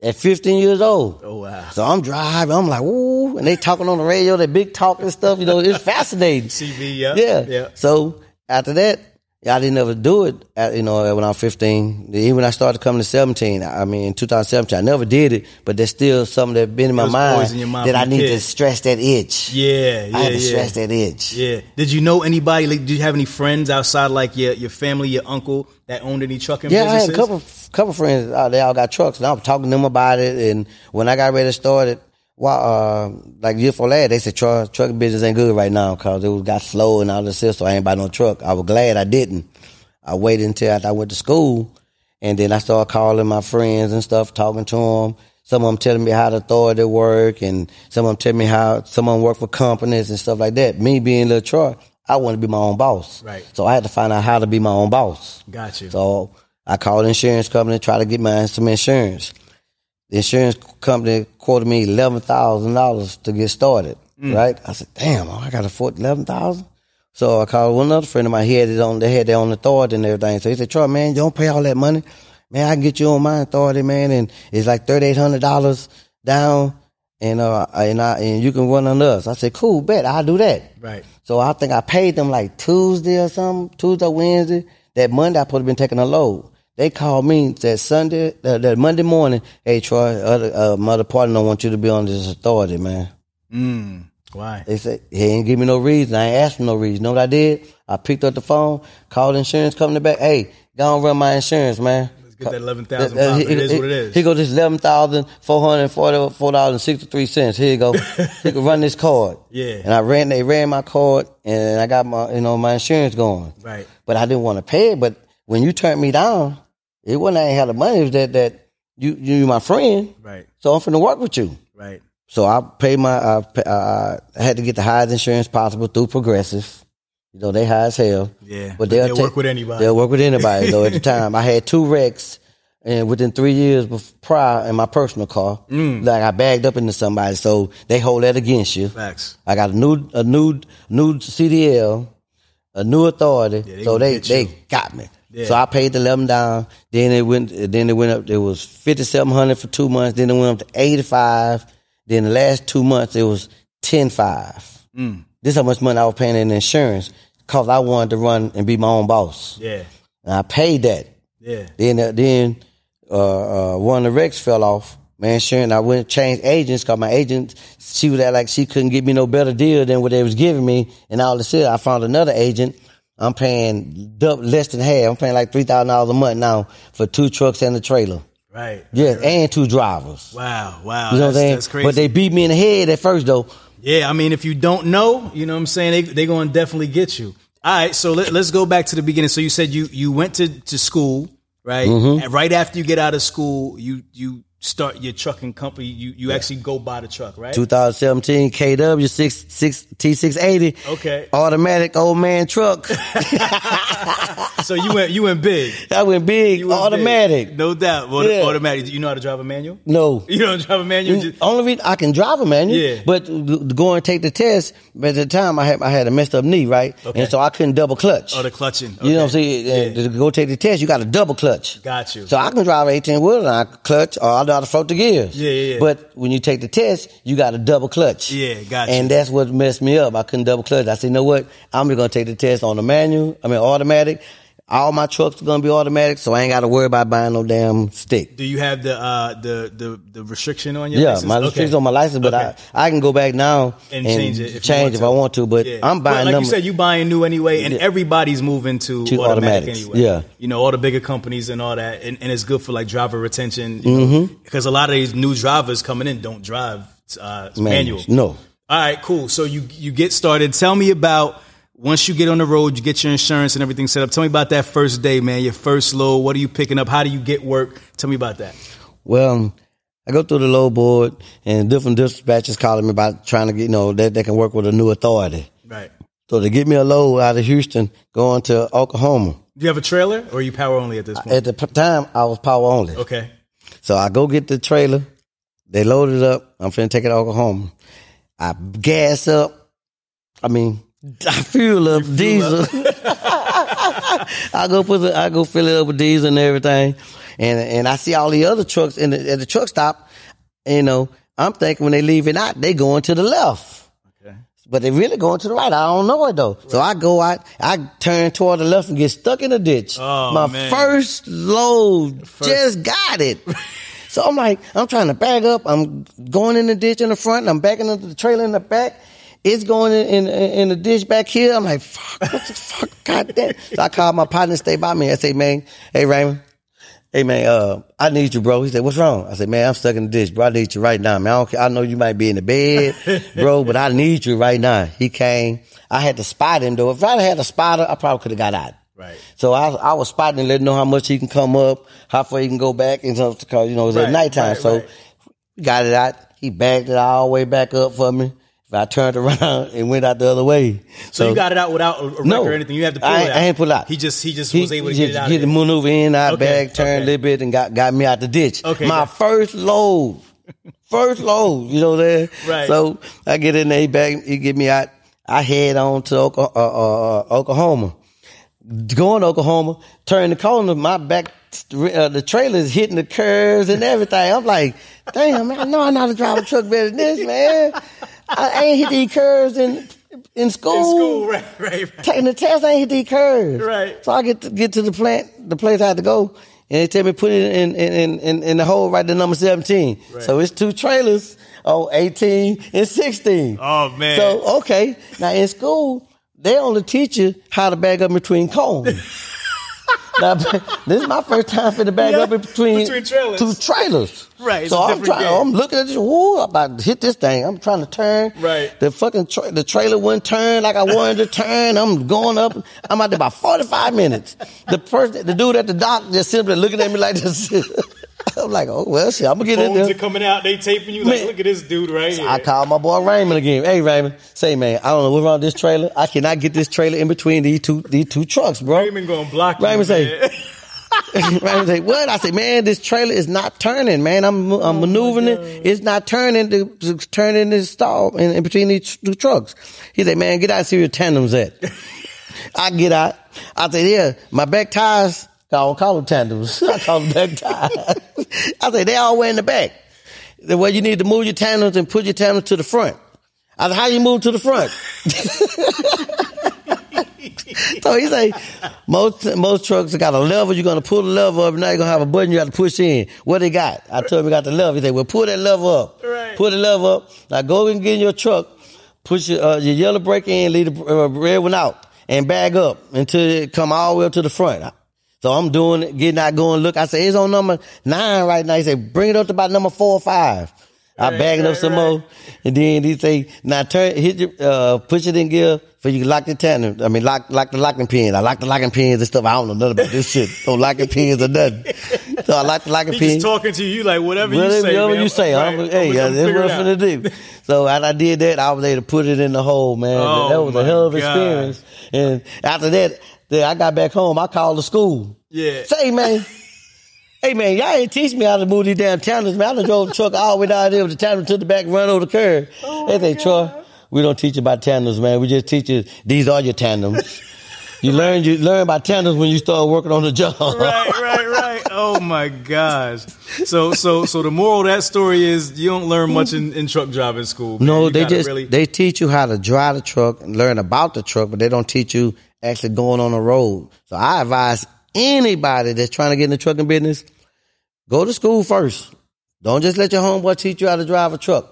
at 15 years old. Oh wow. So I'm driving. I'm like, ooh, and they talking on the radio, that big talk and stuff. You know, it's fascinating. TV, yeah, yeah, yeah. So after that, I didn't ever do it. At, you know, when I was 15, even when I started coming to 17, I mean, in 2017, I never did it. But there's still something that's been in my was always mind, in your mind that from I a need kid. to stress that itch. Yeah, yeah, I had to yeah. stress that itch. Yeah. Did you know anybody? Like, did you have any friends outside, like your your family, your uncle, that owned any trucking? Yeah, I businesses? had a couple couple friends. Uh, they all got trucks, and I was talking to them about it. And when I got ready to start it, well, uh, like year for lad, they said truck truck business ain't good right now because it was got slow and all this stuff. So I ain't buy no truck. I was glad I didn't. I waited until after I went to school, and then I started calling my friends and stuff, talking to them. Some of them telling me how the authority work, and some of them telling me how some of them work for companies and stuff like that. Me being little Troy, I want to be my own boss. Right. So I had to find out how to be my own boss. Got you. So I called the insurance company to try to get my some insurance. The insurance company quoted me eleven thousand dollars to get started. Right? I said, "Damn, oh, I got to afford eleven thousand? So I called one other friend of mine. He had it on. They had their own authority and everything. So he said, "Troy, man, don't pay all that money. Man, I can get you on my authority, man, and it's like thirty eight hundred dollars down, and uh, and I and you can run on us." I said, "Cool, bet I'll do that." Right. So I think I paid them like Tuesday or something, Tuesday, Wednesday. That Monday I put have been taking a load. They called me that Sunday, uh, that, that Monday morning. Hey Troy, other uh, mother partner don't want you to be on this authority, man. Why? They said he ain't give me no reason. I ain't asked for no reason. Know what I did? I picked up the phone, called the insurance company back. Hey, go and run my insurance, man. Let's get that $11,000 pop. It is what it is. He go this eleven thousand four hundred forty-four dollars and sixty-three cents. Here you go. you can run this card. Yeah. And I ran. They ran my card, and I got my you know my insurance going. Right. But I didn't want to pay it. But when you turned me down, it wasn't I ain't had the money. It was that that you you my friend. Right. So I'm finna work with you. Right. So I paid my, I, pa- I I had to get the highest insurance possible through Progressive. You know, they high as hell. Yeah, but But they'll, they'll take- work with anybody. They'll work with anybody, though, at the time. I had two wrecks and within three years bef- prior in my personal car. Mm. Like I bagged up into somebody. So they hold that against you. Facts. I got a new, a new, new CDL, a new authority. they so gonna they, get you. they got me. So I paid the eleven down. Then it went. Then it went up. It was fifty seven hundred for two months. Then it went up to eighty five. Then the last two months it was ten five. Mm. This is how much money I was paying in insurance because I wanted to run and be my own boss. Yeah. And I paid that. Yeah. Then uh, then uh, uh, one of the wrecks fell off. Man, sure, and I went and changed agents because my agent, she was at like she couldn't give me no better deal than what they was giving me. And all this shit, I found another agent. I'm paying double, less than half. I'm paying like three thousand dollars a month now for two trucks and a trailer. Right. Yeah, and two drivers. Wow. Wow. You that's, know what I'm saying? that's crazy. But they beat me in the head at first though. Yeah, I mean, if you don't know, you know what I'm saying, they're they going to definitely get you. All right, so let, let's go back to the beginning. So you said you you went to, to school, right? Mm-hmm. And right after you get out of school, you you start your trucking company. You you actually go buy the truck, right? 2017 KW six six T six eighty. Okay. Automatic old man truck. So you went you went big. that went big. You went automatic. big. No doubt. Well, Yeah. Mm. Automatic. You know how to drive a manual? No. You don't drive a manual? Just, Only reason I can drive a manual, Yeah. but to go and take the test. But at the time, I had I had a messed up knee, right, Okay. and so I couldn't double clutch. oh, the clutching. You know what I'm Okay. saying? And To go take the test, you got to double clutch. Got you. So I can drive an 18 wheeler and I clutch, or I know how to stroke the gears. Yeah, yeah, yeah. But when you take the test, you got to double clutch. Yeah, gotcha. And that's what messed me up. I couldn't double clutch. I said, you know what? I'm just gonna take the test on the manual. I mean, automatic. All my trucks are gonna be automatic, so I ain't got to worry about buying no damn stick. Do you have the uh, the the the restriction on your Yeah, license? my Okay. restrictions on my license, but Okay. I, I can go back now and, change it. If you change want if to. I want to. But Yeah. I'm But buying like them. you said, you buying new anyway, and Yeah. everybody's moving to, To automatic automatics, anyway. yeah. you know all the bigger companies and all that, and, and it's good for like driver retention. Mm-hmm. Because a lot of these new drivers coming in don't drive uh, manual. Manuals, no. All right, cool. So you you get started. Tell me about once you get on the road, you get your insurance and everything set up. Tell me about that first day, man. Your first load. What are you picking up? How do you get work? Tell me about that. Well, I go through the low board and different dispatchers calling me about trying to get, you know, that they can work with a new authority. Right. So they get me a load out of Houston going to Oklahoma. Do you have a trailer or are you power only at this point? At the p- time, I was power only. okay. So I go get the trailer. They load it up. I'm finna take it to Oklahoma. I gas up. I mean, I fuel up diesel. I go put the, I go fill it up with diesel and everything, and and I see all the other trucks in the, at the truck stop. You know, I'm thinking when they leaving out, they going to the left. But they really going to the right. I don't know it though. So I go out, I turn toward the left and get stuck in the ditch. Oh, My man. first load just got it. so I'm like, I'm trying to back up. I'm going in the ditch in the front and I'm backing into the trailer in the back. It's going in, in, in the ditch back here. I'm like, fuck, what the fuck, goddamn. So I called my partner to stay by me. I say, man, hey Raymond, hey man, uh, I need you, bro. He said, what's wrong? I said, man, I'm stuck in the ditch, bro. I need you right now, man. I don't care. I know you might be in the bed, bro, but I need you right now. He came. I had to spot him though. If I had a spotter, I probably could have got out. Right. So I, I was spotting and letting know how much he can come up, how far he can go back, and stuff because you know it was Right, at nighttime. right, so right. we got it out. He backed it all the way back up for me. I turned around and went out the other way. So, you got it out without a a wreck No. or anything. You have to pull I- it out. I ain't pull out. He just he just He was able to just get it out. of Get the there. maneuver in, out Okay, back, turn okay. a little bit, and got, got me out the ditch. Okay, My yeah. first load, first load. You know that. Right. So I get in there, he back, he get me out. I head on to Oka- uh, uh, uh, Oklahoma. Going to Oklahoma, turn the corner, my back, uh, the trailer's hitting the curves and everything. I'm like, damn, man, I know I know how to drive a truck better than this, man. I ain't hit these curves in, in school in school, right, right, right. taking the test, I ain't hit these curves. Right. So I get to get to the plant, the place I had to go, and they tell me put it in in in, in, in the hole right to number seventeen. Right. So it's two trailers on eighteen and sixteen. Oh, man. So okay, now in school they only teach you how to bag up between cones. Now, this is my first time for the bag Yeah, up in between, between trailers. two trailers. Right, it's So a I'm different trying. game. I'm looking at this. Woo! I'm about to hit this thing. I'm trying to turn. Right. The fucking tra- the trailer wouldn't turn like I wanted to turn. I'm going up. I'm out there about 45 minutes. The person, the dude at the dock, just simply looking at me like this. I'm like, oh well, shit. I'm gonna get in Phones there. are coming out. They taping you. Man. Like, look at this dude right here. I called my boy Raymond again. Hey Raymond, say man, I don't know what's wrong with this trailer. I cannot get this trailer in between these two these two trucks, bro. Raymond gonna block Raymond you. say- man. Raymond say, "What?" I say, "Man, this trailer is not turning. Man, I'm I'm maneuvering it. It's not turning to, to turn in this stall in, in between these two trucks." He say, "Man, get out and see where your tandems at." I get out. I say, "Yeah, my back tires. I don't call them tandems. I call them back tires." I say, "They all way in the back. The way you need to move your tandems and put your tandems to the front." I said, "How you move to the front?" So he say most most trucks got a lever. You're gonna pull the lever up. Now you're gonna have a button. You got to push in. What they got? I told him we got the lever. He said, "Well, pull that lever up. Right. Pull the lever up. Now go and get in your truck. Push your, uh, your yellow brake in. Leave the uh, red one out and bag up until it come all the way up to the front." So I'm doing it, getting out, going look. I say it's on number nine right now. He said, "Bring it up to about number four or five. I Right, bagging up right, some right. more, and then he say, "Now turn, hit your, uh, push it in gear for you can lock the tandem. I mean, lock, lock the locking pin. I lock the locking pins and stuff. I don't know nothing about this shit. No locking pins or nothing. So I lock the locking He pin. just talking to you like whatever you Whatever say. whatever man. you say, I'm, Right. hey, I'm gonna that's figure it what I'm out. finna do. So and I did that. I was able to put it in the hole, man. Oh, that was my a hell of an God. experience. And after that, then I got back home. I called the school. Yeah. Say, man. Hey man, y'all ain't teach me how to move these damn talents, man. I done drove the truck all the way down there with the tandem to the back, run over the curb. they say, Troy, we don't teach you about tandems, man. We just teach you these are your tandems. You learn you learn by tandems when you start working on the job. right, right, right. Oh my gosh. So, so, so the moral of that story is you don't learn much in, in truck driving school. man. No, You they gotta just really, they teach you how to drive the truck and learn about the truck, but they don't teach you actually going on the road. So I advise anybody that's trying to get in the trucking business, go to school first. Don't just let your homeboy teach you how to drive a truck.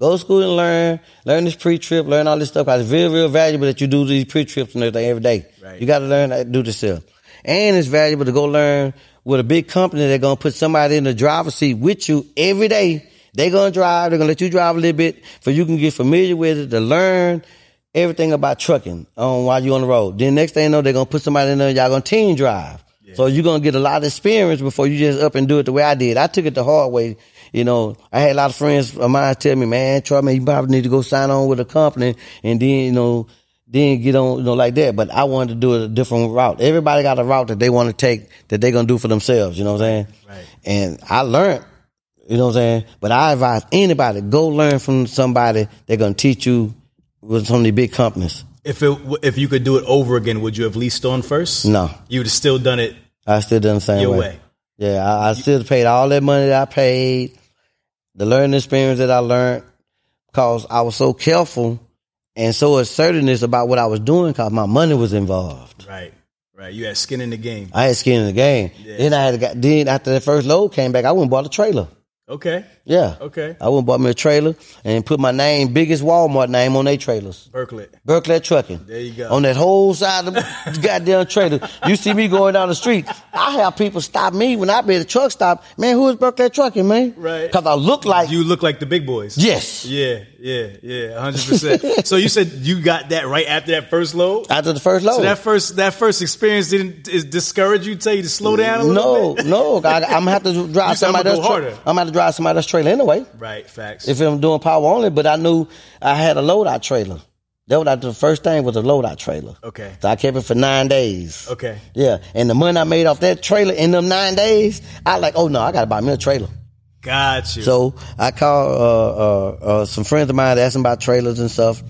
Go to school and learn, learn this pre-trip, learn all this stuff. 'cause It's very, real valuable that you do these pre-trips and everything every day. Right. You got to learn how to do this stuff. And it's valuable to go learn with a big company that's going to put somebody in the driver's seat with you every day. They're going to drive. They're going to let you drive a little bit so you can get familiar with it to learn everything about trucking on while you're on the road. Then next thing you know, they're going to put somebody in there. Y'all going to team drive. So you're gonna get a lot of experience before you just up and do it the way I did. I took it the hard way. You know, I had a lot of friends of mine tell me, man, Troy, man, you probably need to go sign on with a company and then, you know, then get on, you know, like that. But I wanted to do it a different route. Everybody got a route that they want to take that they're gonna do for themselves, you know what I'm saying? Right. And I learned, you know what I'm saying? But I advise anybody, go learn from somebody they're gonna teach you with some of these big companies. if it, if you could do it over again, would you have leased on first? No. You would have still done it I still done the same your way. Yeah, I, I still paid all that money that I paid, the learning experience that I learned, because I was so careful and so assertiveness about what I was doing because my money was involved. Right. Right. You had skin in the game. I had skin in the game. Then I had got, then after the first load came back, I went and bought a trailer. Okay. Yeah. Okay. I went and bought me a trailer and put my name, biggest Walmart name on their trailers. Berklet. Berkeley Trucking. There you go. On that whole side of the goddamn trailer. You see me going down the street. I have people stop me when I be at a truck stop. Man, who is Berkeley Trucking, man? Right. Because I look like You look like the big boys. Yes. Yeah, yeah, yeah, hundred percent. So you said you got that right after that first load. After the first load. So that first that first experience didn't is discourage you, tell you to slow down a little no, bit. no. I, I'm gonna have to You drive said, "I'ma somebody go else's harder. trailer. I'm gonna have to drive somebody else's trailer anyway. Right, facts. If I'm doing power only, but I knew I had a loadout trailer. That was the first thing was a loadout trailer. okay, So I kept it for nine days. okay, Yeah. And the money I made off that trailer in them nine days, I like, oh no, I gotta buy me a trailer. got you. So I called uh, uh, uh, some friends of mine, asked them about trailers and stuff.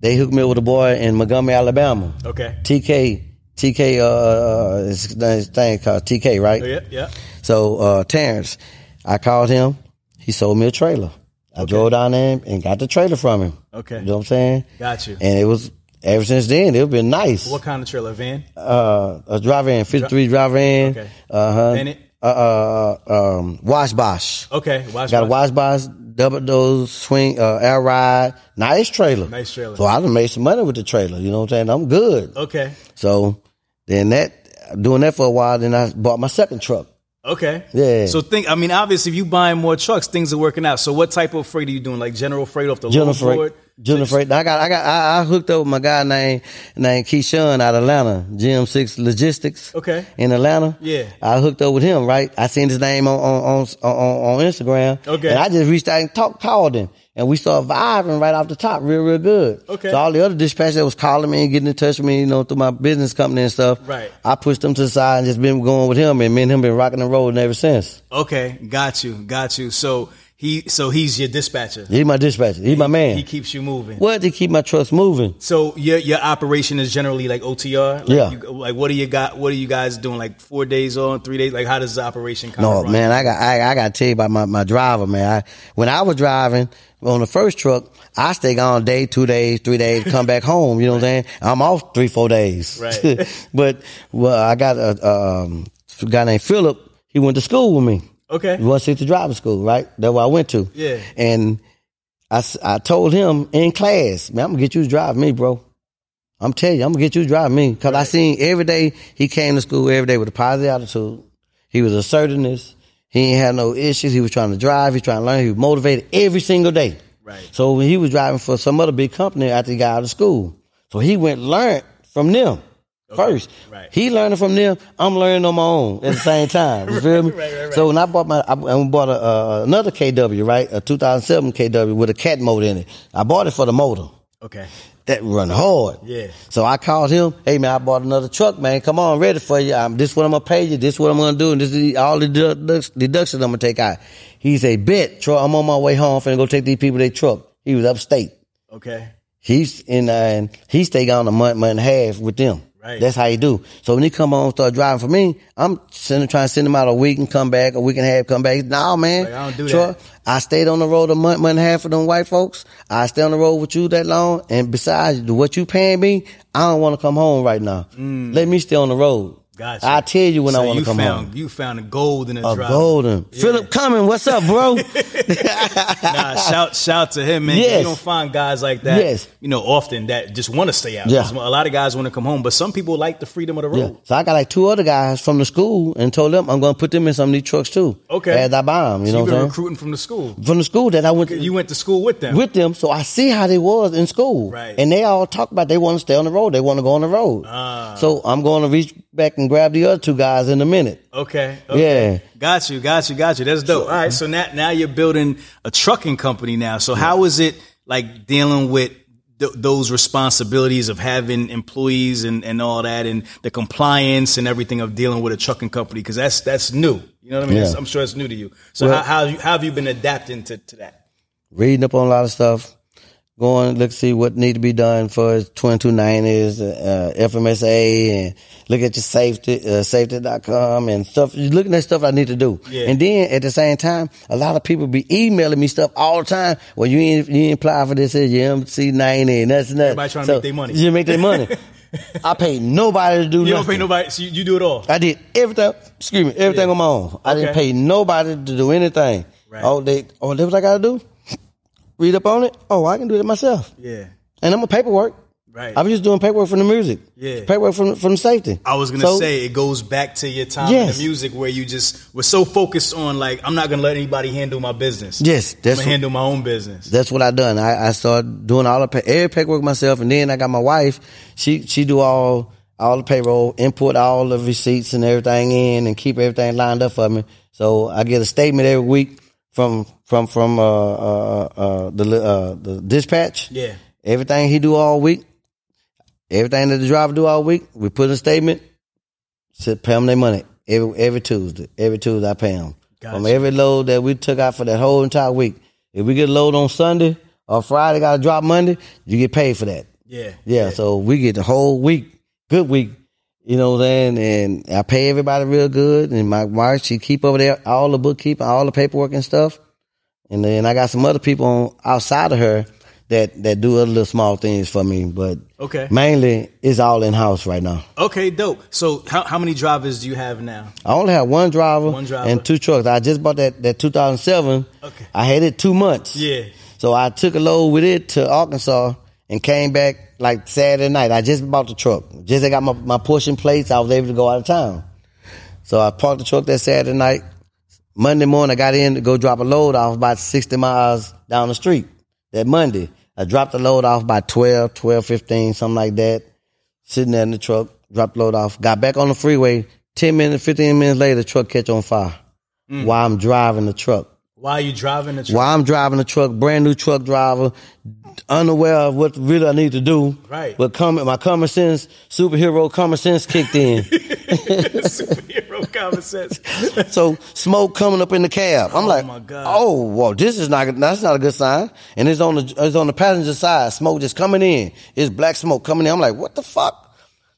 They hooked me up with a boy in Montgomery, Alabama. okay, TK, TK, uh, uh, his, his thing called TK, right? Oh, yeah, yeah. So uh, Terrence, I called him. He sold me a trailer. I drove down there and- and got the trailer from him. Okay. You know what I'm saying? Got you. And it was ever since then. It's been nice. What kind of trailer van? Uh, a driver in fifty three driver in. Okay. Uh huh. Van it? Uh uh um Wash Bosh. Okay, watch. Got a watch. Wise Boss, double dose, swing, uh, air ride, nice trailer. Nice trailer. So I done made some money with the trailer. You know what I'm saying? I'm good. Okay, So then that, doing that for a while, then I bought my second truck. okay. Yeah. So think. I mean, obviously, if you buying more trucks, things are working out. So what type of freight are you doing? Like general freight off the General load board? Freight. General Freight. I got, I got, I, I hooked up with my guy named, named Keyshawn out of Atlanta, GM6 Logistics. Okay. In Atlanta. Yeah. I hooked up with him, right? I seen his name on, on, on, on, on Instagram. Okay. And I just reached out and talked, called him. And we started vibing right off the top, real, real good. Okay. So all the other dispatchers that was calling me and getting in touch with me, you know, through my business company and stuff. Right. I pushed them to the side and just been going with him and me and him been rocking and rolling ever since. Okay, got you, got you. So he, so he's your dispatcher. He's my dispatcher. He's my man. He keeps you moving. what to keep my trust moving? So your your operation is generally like OTR. Like Yeah. You, like what do you got? What are you guys doing? Like four days on, three days. Like how does the operation kind No of run? man, I got I, I got to tell you about my, my driver, man. I, when I was driving on the first truck, I stay gone a day, two days, three days, come back home. You know what I'm saying? I'm off three, four days. Right. but well, I got a um, guy named Philip. He went to school with me. Okay. One City Driving School, right? That's where I went to. Yeah. And I, s- I told him in class, man, I'm gonna get you to drive me, bro. I'm telling you, I'm gonna get you to drive me. Cause I seen every day he came to school every day with a positive attitude. He was assertiveness. He ain't had no issues. He was trying to drive. He was trying to learn. He was motivated every single day. Right. So when he was driving for some other big company after he got out of school. So he went learned from them first. right. He learning from them. I'm learning on my own at the same time. You feel me? right, right, right. So when I bought my, I, I bought a, uh, another KW, right? A 2007 KW with a cat motor in it. I bought it for the motor Okay. that run hard. Yeah. So I called him. Hey man, I bought another truck, man. Come on, ready for you. Um, this what I'm gonna pay you. This what I'm gonna do. And this is the- all the dedu- deductions I'm gonna take out. He said, "Bet, Troy, I'm on my way home. Finna go take these people their truck." He was upstate. Okay. He's in, uh, and he stayed on a month, month and a half with them. Right. That's how you do. So when he come home, and start driving for me, I'm sending, trying to send him out a week and come back, a week and a half, come back. Nah, man. Like, I don't do Troy, that. I stayed on the road a month, month and a half for them white folks. I stay on the road with you that long. And besides what you paying me, I don't want to come home right now. Let me stay on the road. Mm. Gotcha. I tell you when So I want you to come found, home. You found a gold in the A drive. golden. Philip Cumming, what's up, bro? Nah, shout shout to him, man. 'cause Yes. You don't find guys like that. Yes. You know, often that just want to stay out. Yeah. 'Cause A lot of guys want to come home, but some people like the freedom of the yeah. road. So I got like two other guys from the school and told them I'm going to put them in some of these trucks too. Okay. As I buy 'em, Um, you know You've what been I'm saying? recruiting from the school. From the school that I went to. You went to school with them. with them, so I see how they was in school. Right. And they all talk about they want to stay on the road. They want to go on the road. Ah. So I'm going to reach back and grab the other two guys in a minute. okay, okay. Yeah. Got you. Got you. Got you. That's dope. All right. So now now you're building a trucking company now. So how is it like dealing with th- those responsibilities of having employees and, and all that and the compliance and everything of dealing with a trucking company because that's that's new you know what i mean Yeah. That's- i'm sure it's new to you so Well- how, how, you- how have you been adapting to, to that Reading up on a lot of stuff, going look see what need to be done for 2290s, uh, FMSA, and look at your safety, uh, safety.com and stuff. You're looking at stuff I need to do. Yeah. And then at the same time, a lot of people be emailing me stuff all the time. Well, you ain't, you ain't apply for this, here, you MC90 and that's and that. Everybody trying to make their money. You make their money. I paid nobody to do You don't nothing. pay nobody. So you, you do it all. I did everything. Excuse me, everything Yeah. on my own. I didn't Okay. pay nobody to do anything. Right. All they, all that what I gotta do. Read up on it. Oh, I can do it myself. Yeah. And I'm a paperwork. Right. I'm just doing paperwork from the music. Yeah. Paperwork from from safety. I was gonna So, say it goes back to your time in Yes. the music where you just were so focused on like I'm not gonna let anybody handle my business. Yes, I'm that's gonna what- handle my own business. That's what I done. I, I started doing all the pa every paperwork myself, and then I got my wife. She she do all all the payroll, input all the receipts and everything in, and keep everything lined up for me. So I get a statement every week from from from uh, uh, uh, the li- uh, the dispatch. Yeah. everything he do all week, everything that the driver do all week, we put in a statement. Said pay them their money every every Tuesday. Every Tuesday I pay them from Gotcha. every load that we took out for that whole entire week. If we get a load on Sunday or Friday, got to drop Monday, you get paid for that. yeah. Yeah, so we get the whole week, good week. You know what I'm saying? And I pay everybody real good. And my wife, she keep over there all the bookkeeping, all the paperwork and stuff. And then I got some other people on outside of her that that do other little small things for me. But Okay. mainly it's all in house right now. Okay, dope. So how, how many drivers do you have now? I only have one driver, One driver. and two trucks. I just bought that, that 2007. Okay. I had it two months. Yeah. So I took a load with it to Arkansas and came back like Saturday night. I just bought the truck. Just I got my, my portion plates. I was able to go out of town. So I parked the truck that Saturday night. Monday morning, I got in to go drop a load off about 60 miles down the street that Monday. I dropped the load off by 12, 12, 15, something like that. Sitting there in the truck, dropped the load off, got back on the freeway. 10 minutes, 15 minutes later, the truck catch on fire while I'm driving the truck. Why are you driving the truck? While I'm driving the truck, brand new truck driver, unaware of what really I need to do. Right. But common, my common sense, superhero common sense kicked in. Superhero common sense. so smoke coming up in the cab. I'm Oh like, my God. oh, well, this is not that's not a good sign. And it's on the it's on the passenger side. Smoke just coming in. It's black smoke coming in. I'm like, what the fuck?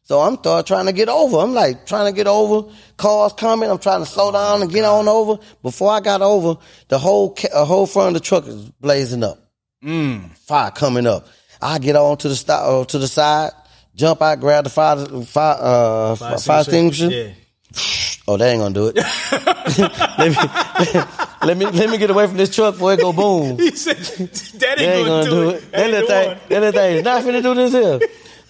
So I'm start trying to get over. I'm like trying to get over. Cars coming. I'm trying to Oh slow down and get on over. Before I got over, the whole ca- uh, whole front of the truck is blazing up. Mm. Fire coming up. I get on to the stop uh, to the side. Jump out, grab the fire, fire, uh, fire, fire extinguisher. Yeah. Oh, they ain't gonna do it. let, me, let me let me get away from this truck before it go boom. He said that ain't, They ain't gonna do it. That little thing, that little thing, is not finna do this here.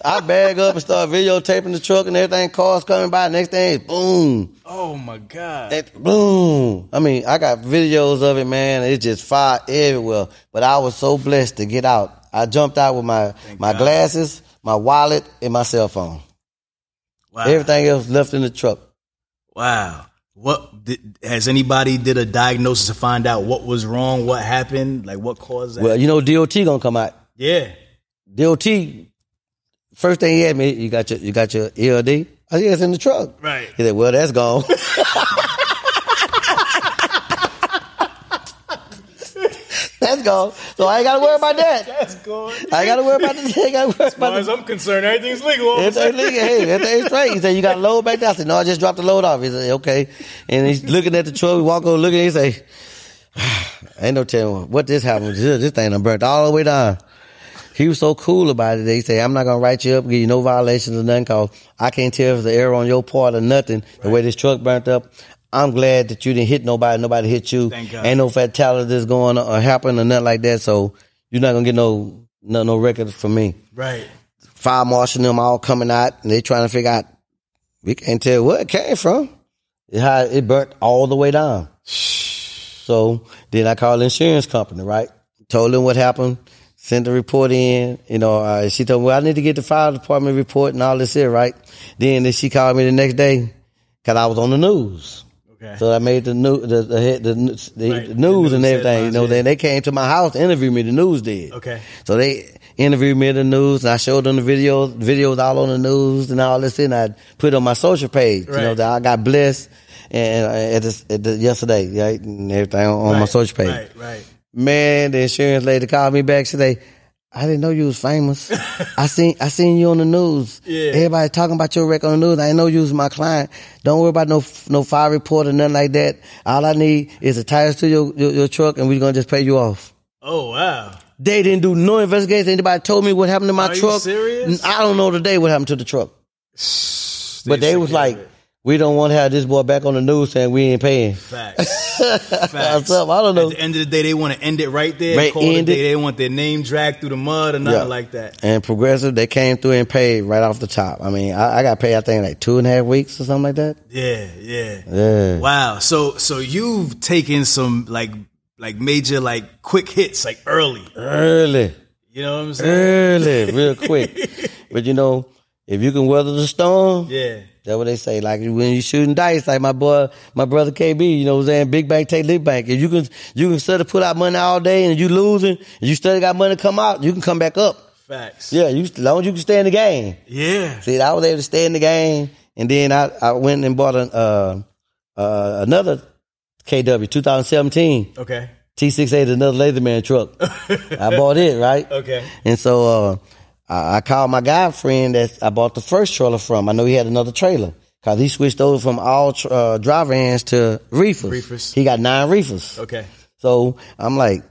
I bag up and start videotaping the truck and everything. Cars coming by. Next thing, is boom, Oh my god. That- boom. I mean, I got videos of it, man. It's just fire everywhere. But I was so blessed to get out. I jumped out with my my God. glasses, my wallet, and my cell phone. Wow. Everything else left in the truck. Wow. What did, has anybody did a diagnosis to find out what was wrong, what happened, like what caused that? Well, you know, DOT gonna come out. yeah. DOT, first thing he had me, you got your you got your ELD. I said, yeah, it's in the truck. Right. He said, well, that's gone. That's gone. So I ain't gotta worry about that. That's good. As I ain't gotta worry about this. I ain't gotta worry far about as the I'm concerned, everything's legal. all If of a they sudden. nigga, hey, if they straight, he said, you got a load back there? I said, no, I just dropped the load off. He said, okay. And he's looking at the truck, we walk over, looking, he say, "Ah, ain't no telling what this happened. This this thing done burnt all the way down. He was so cool about it. They say, I'm not going to write you up, give you no violations or nothing, cause I can't tell if it's an error on your part or nothing. The way this truck burnt up, I'm glad that you didn't hit nobody, nobody hit you. Thank God. Ain't no fatality that's going on or happen or nothing like that. So you're not going to get no, no, no record from me Right. fire marshal them all coming out and they trying to figure out we can't tell where it came from. It how it burnt all the way down. So then I called the insurance company, right? Told them what happened, sent the report in, you know, uh, she told me, Well, I need to get the fire department report and all this here, right? Then she called me the next day because I was on the news. Okay. So I made the new the the, head- the, the, the Right, the news and news everything. You headlines, know, yeah. then they came to my house to interview me. The news did. Okay. So they interviewed me in the news, and I showed them the videos, videos all on the news and all this, and I put it on my social page. You know Right. that I got blessed and uh, at this, at the, yesterday, right, and everything on, on my Right, social page. Right, right. Man, the insurance lady called me back today. I didn't know you was famous. I seen I seen you on the news. Yeah. Everybody talking about your record on the news. I didn't know you was my client. Don't worry about no no fire report or nothing like that. All I need is the tires to your your, your truck, and we're gonna just pay you off. Oh wow. They didn't do no investigation. Anybody told me what happened to my Are you truck? serious? I don't know today what happened to the truck. But they was like, we don't want to have this boy back on the news saying we ain't paying. Facts. Facts. up? I don't know. At the end of the day, they want to end it right there. They call it a end day. it. They don't want their name dragged through the mud or nothing Yeah. like that. And Progressive, they came through and paid right off the top. I mean, I, I got paid, I think, like two and a half weeks or something like that. Yeah, yeah. Yeah. Wow. So so you've taken some like like major like quick hits like early. Early, You know what I'm saying? early, real quick. But you know, if you can weather the storm, Yeah. that's what they say. Like when you shooting dice, like my boy, my brother KB, you know what I'm saying? Big bank take big bank. If you can, you can study put out money all day and you losing, and you study got money come out, you can come back up. Facts. Yeah, you as long as you can stay in the game. Yeah. See, I was able to stay in the game, and then I, I went and bought an, uh, uh, another KW 2017 Okay. T68, another Laserman truck. I bought it right, Okay. and so uh, I, I called my guy friend that I bought the first trailer from. I know he had another trailer because he switched over from all tr- uh, driver hands to reefers. Reefers. He got nine reefers. Okay. So I'm like,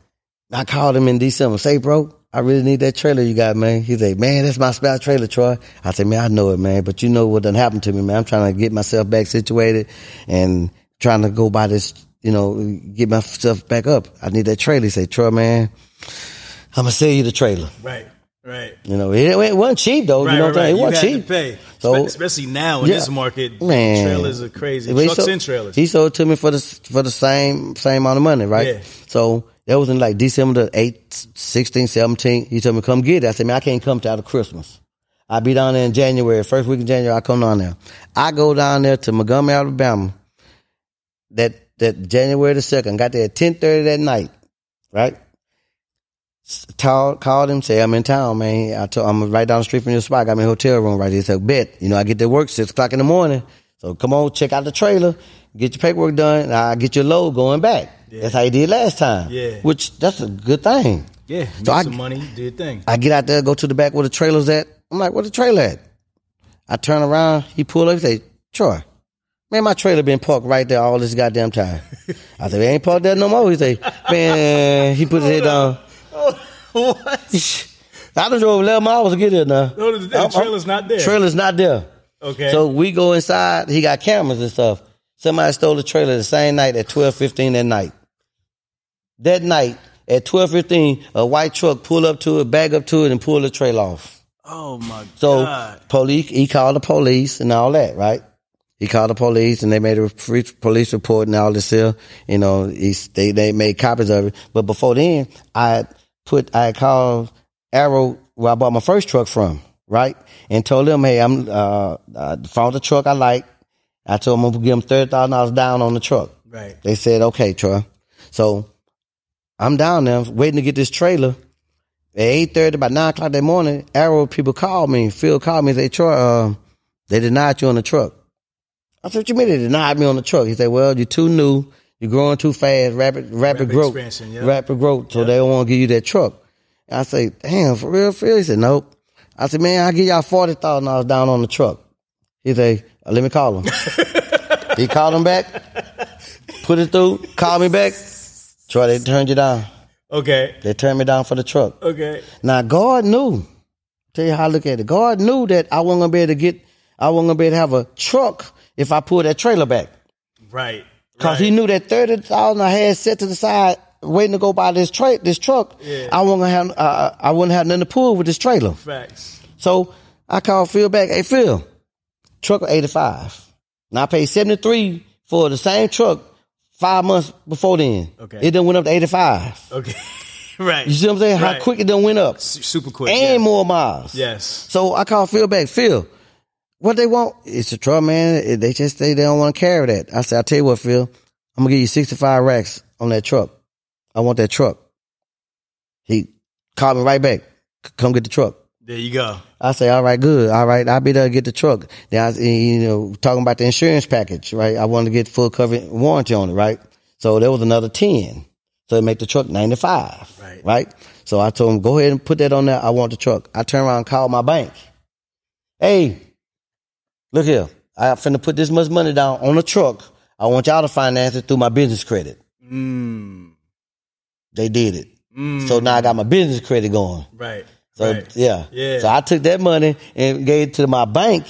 I called him in December. Say, bro, I really need that trailer you got, man. He said, man, that's my spot trailer, Troy. I said, man, I know it, man, but you know what done happened to me, man. I'm trying to get myself back situated and trying to go by this, you know, get myself back up. I need that trailer. He said, Troy, man, I'm gonna sell you the trailer. Right. Right. You know, it, it wasn't cheap though. Right, you know right, what I'm right. saying? You It had wasn't to cheap. pay, So- Spe- especially now in Yeah. this market, Man. trailers are crazy. But he Trucks sold- and trailers. He sold it to me for the for the same same amount of money, right? Yeah. So that was in like December the 8th, 16th, 17th. He told me come get it. I said, man, I can't come till after Christmas. I be down there in January, first week in January. I come down there. I go down there to Montgomery, Alabama. That that January the second. Got there at ten thirty that night, right? Tall, called him, say I'm in town, man. I told I'm right down the street from your spot. Got me a hotel room right here. So bet, you know, I get to work six o'clock in the morning. So come on, check out the trailer, get your paperwork done, and I get your load going back. That's how you did last time. Yeah. which that's a good thing. yeah, make I- some money, do your thing. I get out there, go to the back where the trailer's at. I'm like, where the trailer at? I turn around, he pull up, he say, Troy, man, my trailer been parked right there all this goddamn time. I said, it ain't parked there no more. He say, man, he put his head down. Oh, what? I done drove 11 miles to get here now. No, the- the I'm- I'm- trailer's not there. Trailer's not there. Okay. So we go inside, he got cameras and stuff. Somebody stole the trailer the same night at 12.15 that night. That night, at 12.15, a white truck pulled up to it, back up to it, and pulled the trailer off. oh my So god. police, he called the police and all that, right? He called the police and they made a free police report and all this here. You know, he, they they made copies of it. But before then, I put I called Arrow where I bought my first truck from, right? And told them, hey, I'm uh, I found the truck I like. I told them I'm gonna give them thirty thousand dollars down on the truck. Right. They said, okay, Troy. So I'm down there waiting to get this trailer. At eight thirty, by nine o'clock that morning, Arrow people called me. Phil called me. They Troy, uh, they denied you on the truck. I said, "What you mean they denied me on the truck?" He said, "Well, you're too new. You're growing too fast, rapid, rapid, Rapid growth, expansion, yeah. rapid growth. So they don't want to give you that truck. And I say, damn, for real, for real. He said, nope. I said, man, I give y'all forty thousand dollars down on the truck. He said, "Uh, let me call him. he called him back, put it through, called me back. Troy, they turned you down. Okay. They turned me down for the truck. Okay. Now God knew. Tell you how I look at it. God knew that I wasn't gonna be able to get. I wasn't gonna be able to have a truck if I pulled that trailer back. Right. Cause right. he knew that thirty thousand I had set to the side, waiting to go buy this tra- this truck. I wasn't gonna have. Uh, I wouldn't have nothing to pull with this trailer. facts. So I called Phil back. Hey Phil, truck eighty five. Now I paid seventy three for the same truck five months before then. Okay. It then went up to eighty five. Okay. right. You see what I'm saying? Right. How quick it done went up. S- super quick. And yes. more miles. Yes. So I called Phil back. Phil, what they want? It's a truck, man. They just say they don't want to carry that. I said, I'll tell you what, Phil, I'm gonna give you 65 racks on that truck. I want that truck. He called me right back. "C- Come get the truck. There you go. I say, all right, good. All right, I'll be there to get the truck. Then I, was, you know, talking about the insurance package, right? I wanted to get full coverage warranty on it, right? So there was another 10. So it make the truck 95, Right. right? So I told him, go ahead and put that on there. I want the truck. I turn around and call my bank. Hey, look here. I finna put this much money down on the truck. I want y'all to finance it through my business credit. Mm. They did it. So now I got my business credit going. Right. So right. yeah. Yeah. So I took that money and gave it to my bank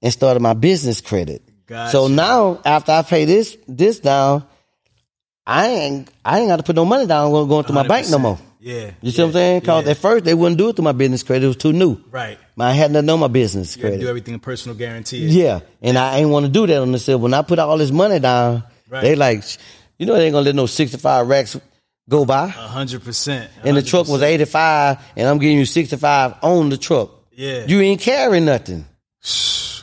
and started my business credit. So Gotcha. now after I pay this this down, I ain't I ain't got to put no money down going going through my bank no 100%. more. Yeah. You see what I'm saying? Because at first they wouldn't do it through my business credit. It was too new. Right. I had nothing on my business You gotta do credit. everything in personal guarantee. Yeah, and I ain't want to do that on this. When I put all this money down, Right. they like, you know, they ain't gonna let no 65 racks go by. A hundred percent. and the truck was 85 and I'm giving you 65 on the truck. Yeah. You ain't carrying nothing.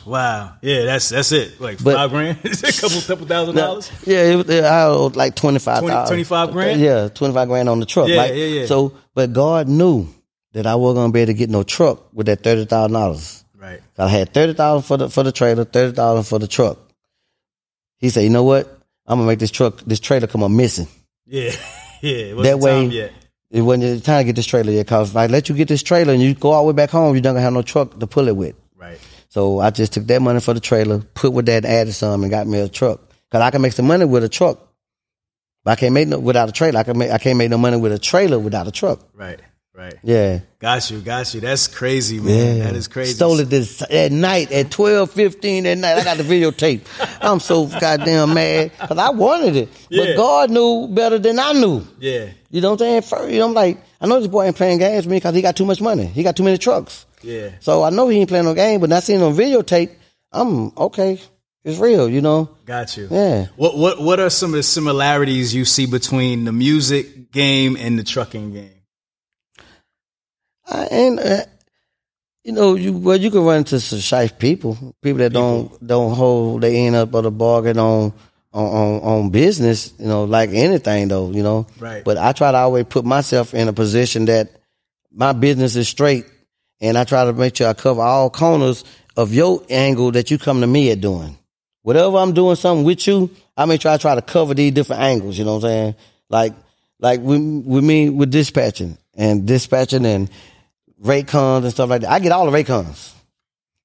Wow. Yeah, that's that's it. Like But- five grand, a couple couple thousand dollars. Yeah, it was, uh, I owed like 25 20 25 grand? Yeah, 25 grand on the truck. Yeah, like, yeah, yeah. So, but God knew that I wasn't going to be able to get no truck with that $30,000. Right. I had 30000 for the for the trailer, 30000 for the truck. He said, you know what? I'm going to make this truck, this trailer come up missing. Yeah. Yeah. It That wasn't way, time yet. it wasn't the time to get this trailer yet. Because if I let you get this trailer and you go all the way back home, you're not going to have no truck to pull it with. Right. So I just took that money for the trailer, put with that, added some, and got me a truck. Cause I can make some money with a truck, but I can't make no without a trailer. I can make I can't make no money with a trailer without a truck. Right. Right. Yeah, Got you. Got you. That's crazy, man. That is crazy. Stole it this at night at twelve fifteen at night. I got the videotape. I'm so goddamn mad because I wanted it, Yeah. but God knew better than I knew. Yeah. You know what I'm saying? First, you know, I'm like, I know this boy ain't playing games with me because he got too much money. He got too many trucks. Yeah. So I know he ain't playing no game, but not seeing on videotape, I'm okay. It's real, you know. Got you. Yeah. What what what are some of the similarities you see between the music game and the trucking game? I, and uh, you know, you well, you can run into some shife people, people that don't don't hold their end up or the bargain on. On, on on business, you know, like anything though, you know. Right. But I try to always put myself in a position that my business is straight, and I try to make sure I cover all corners of your angle that you come to me at doing. whatever I'm doing something with you, I make sure I try to cover these different angles. You know what I'm saying? Like, like with, with me with dispatching and dispatching and Raycons and stuff like that. I get all the Raycons.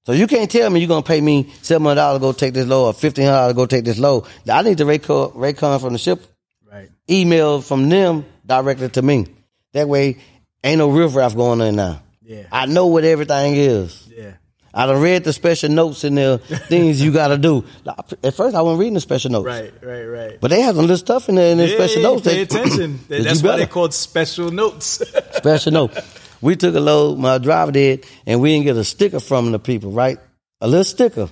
So you can't tell me you're gonna pay me seven hundred dollars to go take this load or fifteen hundred dollars to go take this load. I need the Raycon, Raycon from the ship Right. email from them directly to me. That way, ain't no riffraff going on now. Yeah. I know what everything is. Yeah. I done read the special notes and the things you got to do. Like, At first, I wasn't reading the special notes. Right. Right. Right. But they have some little stuff in there in the Yeah, special yeah, notes. Pay that- attention. that you That's why they're better- called special notes. special note. We took a load, my driver did, and we didn't get a sticker from the people, right? A little sticker.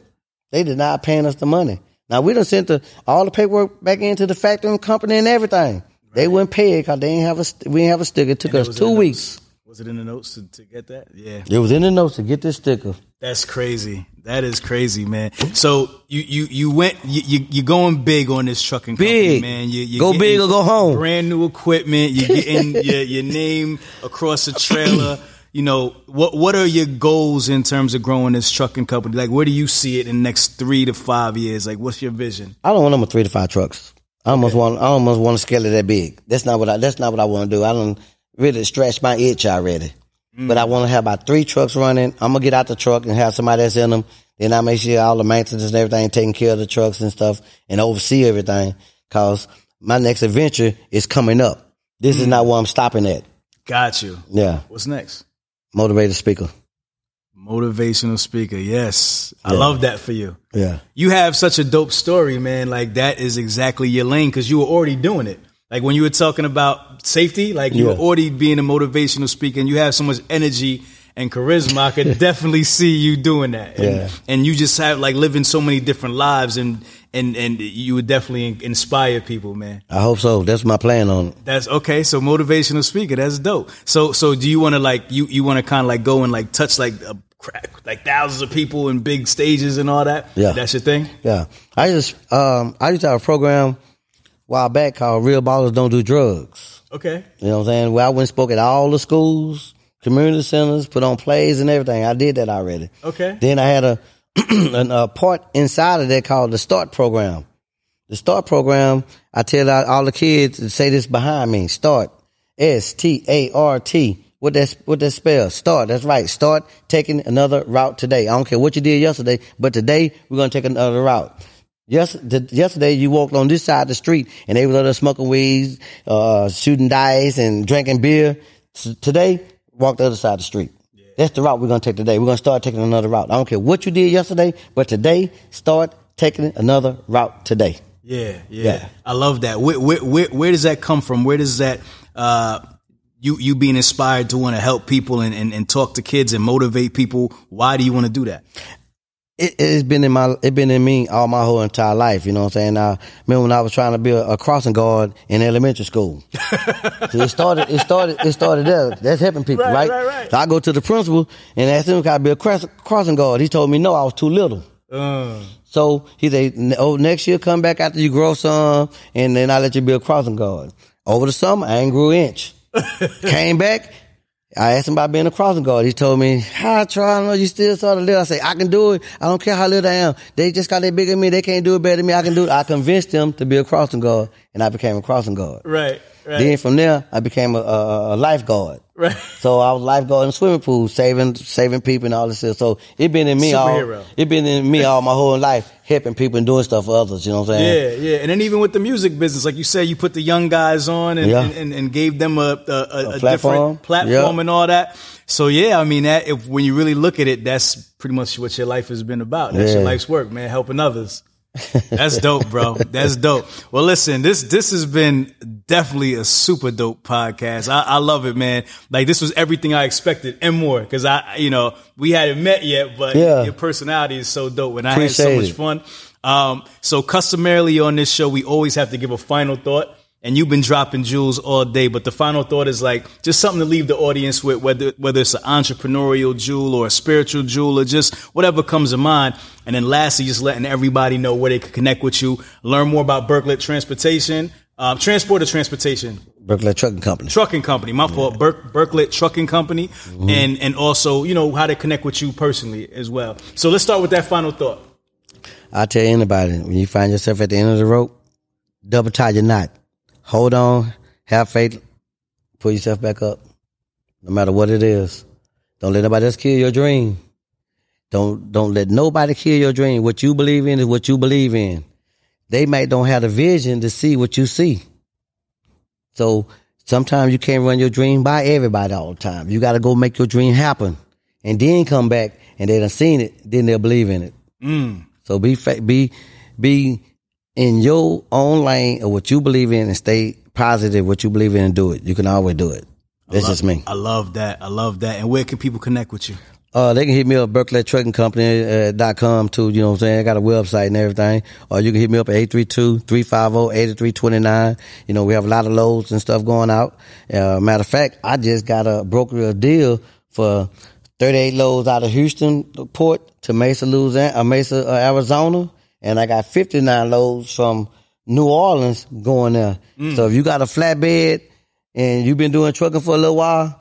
They did not paying us the money. Now we done sent the, all the paperwork back into the factory and company and everything. They wouldn't pay it because they didn't have a st- we didn't have a sticker. It took was us in two the weeks. Was it in the notes to, to get that? Yeah. It was in the notes to get this sticker. That's crazy. That is crazy, man. So you you you went you you you going big on this trucking company, Big. man. You, you Go getting big or go home. Brand new equipment. You getting your, your name across a trailer. You know what? What are your goals in terms of growing this trucking company? Like, where do you see it in the next three to five years? Like, what's your vision? I don't want number three to five trucks. I almost want I almost want a skillet that big. That's not what I that's not what I want to do. I don't really stretch my itch already. But I want to have about three trucks running. I'm gonna get out the truck and have somebody that's in them. Then I make sure all the maintenance and everything taking care of the trucks and stuff and oversee everything. Cause my next adventure is coming up. This is not where I'm stopping at. Got you. Yeah. What's next? Motivated speaker. Motivational speaker. Yes. I love that for you. Yeah. You have such a dope story, man. Like that is exactly your lane because you were already doing it. Like when you were talking about safety, like you were Yeah. already being a motivational speaker and you have so much energy and charisma. I could definitely see you doing that. And, Yeah. and you just have like living so many different lives and and and you would definitely in- inspire people, man. I hope so. That's my plan on it. That's okay. So motivational speaker, that's dope. So so do you want to like you you want to kind of like go and like touch like a crack like thousands of people in big stages and all that? Yeah. That's your thing? Yeah. I just um I used to have a program a while back called Real Ballers Don't Do Drugs. Okay. You know what I'm saying? Where I went and spoke at all the schools, community centers, put on plays and everything. I did that already. Okay. Then I had a, an, a part inside of that called the START program. The START program, I tell out all the kids to say this behind me. START. S T A R T. What that what that spells? Start. That's right. Start taking another route today. I don't care what you did yesterday, but today we're gonna take another route. Yes, th- yesterday you walked on this side of the street and they was over there smoking weeds, uh, shooting dice and drinking beer. T- today, walk the other side of the street. That's the route we're gonna take today. We're gonna start taking another route. I don't care what you did yesterday, but today, start taking another route today. Yeah, yeah. Yeah. I love that. Where, where where where does that come from? Where does that uh you you being inspired to want to help people and, and and talk to kids and motivate people? Why do you want to do that? it, it's been in my it been in me all my whole entire life. You know what I'm saying? I remember when I was trying to be a, a crossing guard in elementary school. See, it started it started it started there. That's helping people, Right, right? right, right. So I go to the principal and ask him if I could be a cross, crossing guard. He told me no, I was too little. Uh, So he said, "Oh, next year come back after you grow some, and then I will let you be a crossing guard." Over the summer, I ain't grew an inch. Came back, I asked him about being a crossing guard. He told me, "How try? I know you still sort of little." I say, "I can do it. I don't care how little I am. They just got they bigger than me. They can't do it better than me. I can do it." I convinced them to be a crossing guard, and I became a crossing guard. Right, Then from there, I became a, a, a lifeguard. Right. So I was lifeguard in a swimming pool, saving saving people and all this stuff. So it been in me Superhero. all it been in me all my whole life, helping people and doing stuff for others. You know what I'm saying? Yeah, yeah, and then even with the music business, like you said, you put the young guys on and Yeah. and, and, and gave them a a, a, a platform. different platform Yeah. and all that. So yeah, I mean that if when you really look at it, that's pretty much what your life has been about. That's your Yeah. life's work, man, helping others. That's dope, bro. That's dope. Well, listen, this this has been definitely a super dope podcast. I, I love it, man. Like this was everything I expected and more because I, you know, we hadn't met yet, but Yeah. your personality is so dope, and I had so Appreciate much it. fun fun. Um, so customarily on this show, we always have to give a final thought. And you've been dropping jewels all day, but the final thought is like just something to leave the audience with, whether whether it's an entrepreneurial jewel or a spiritual jewel or just whatever comes to mind. And then lastly, just letting everybody know where they can connect with you, learn more about Berklet Transportation, um, transport or transportation Brooklyn Trucking Company. trucking company. My fault, Berk, Berklet Trucking Company, Mm-hmm. and and also you know how to connect with you personally as well. So let's start with that final thought. I tell anybody when you find yourself at the end of the rope, double tie your knot. Hold on, have faith, pull yourself back up. No matter what it is, don't let nobody else kill your dream. Don't don't let nobody kill your dream. What you believe in is what you believe in. They might don't have the vision to see what you see. So sometimes you can't run your dream by everybody all the time. You got to go make your dream happen, and then come back and they done seen it, then they'll believe in it. Mm. So be fa- be be in your own lane of what you believe in and stay positive what you believe in and do it. You can always do it. That's just me. I love that. I love that. And where can people connect with you? Uh, they can hit me up Berkeley Trucking Company uh, dot com too. You know what I'm saying? I got a website and everything. Or you can hit me up at oh, 832-350-8329. You know, we have a lot of loads and stuff going out. Uh, matter of fact, I just got a broker a deal for 38 loads out of Houston port to Mesa, Louisiana, uh, Mesa, uh, Arizona. And I got 59 loads from New Orleans going there. So if you got a flatbed and you've been doing trucking for a little while,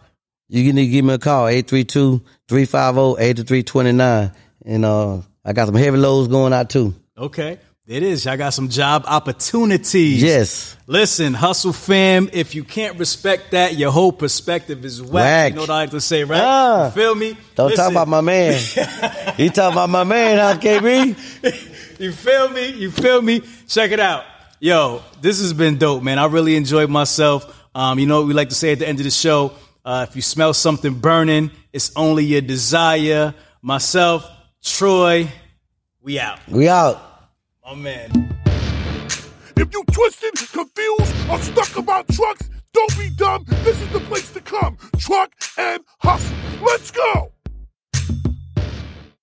you need to give me a call, oh, 832-350-8329. And uh, I got some heavy loads going out too. Okay. It is. Y'all got some job opportunities. Yes. Listen, hustle fam, if you can't respect that, your whole perspective is whack. Whack. You know what I like to say, right? Ah. You feel me? Don't Listen, talk about my man. you talk about my man, huh, KB? you feel me? You feel me? Check it out. Yo, this has been dope, man. I really enjoyed myself. Um, you know what we like to say at the end of the show? Uh, if you smell something burning, it's only your desire. Myself, Troy, we out. We out. My man. If you twisted, confused, or stuck about trucks, don't be dumb. This is the place to come. Truck and hustle. Let's go.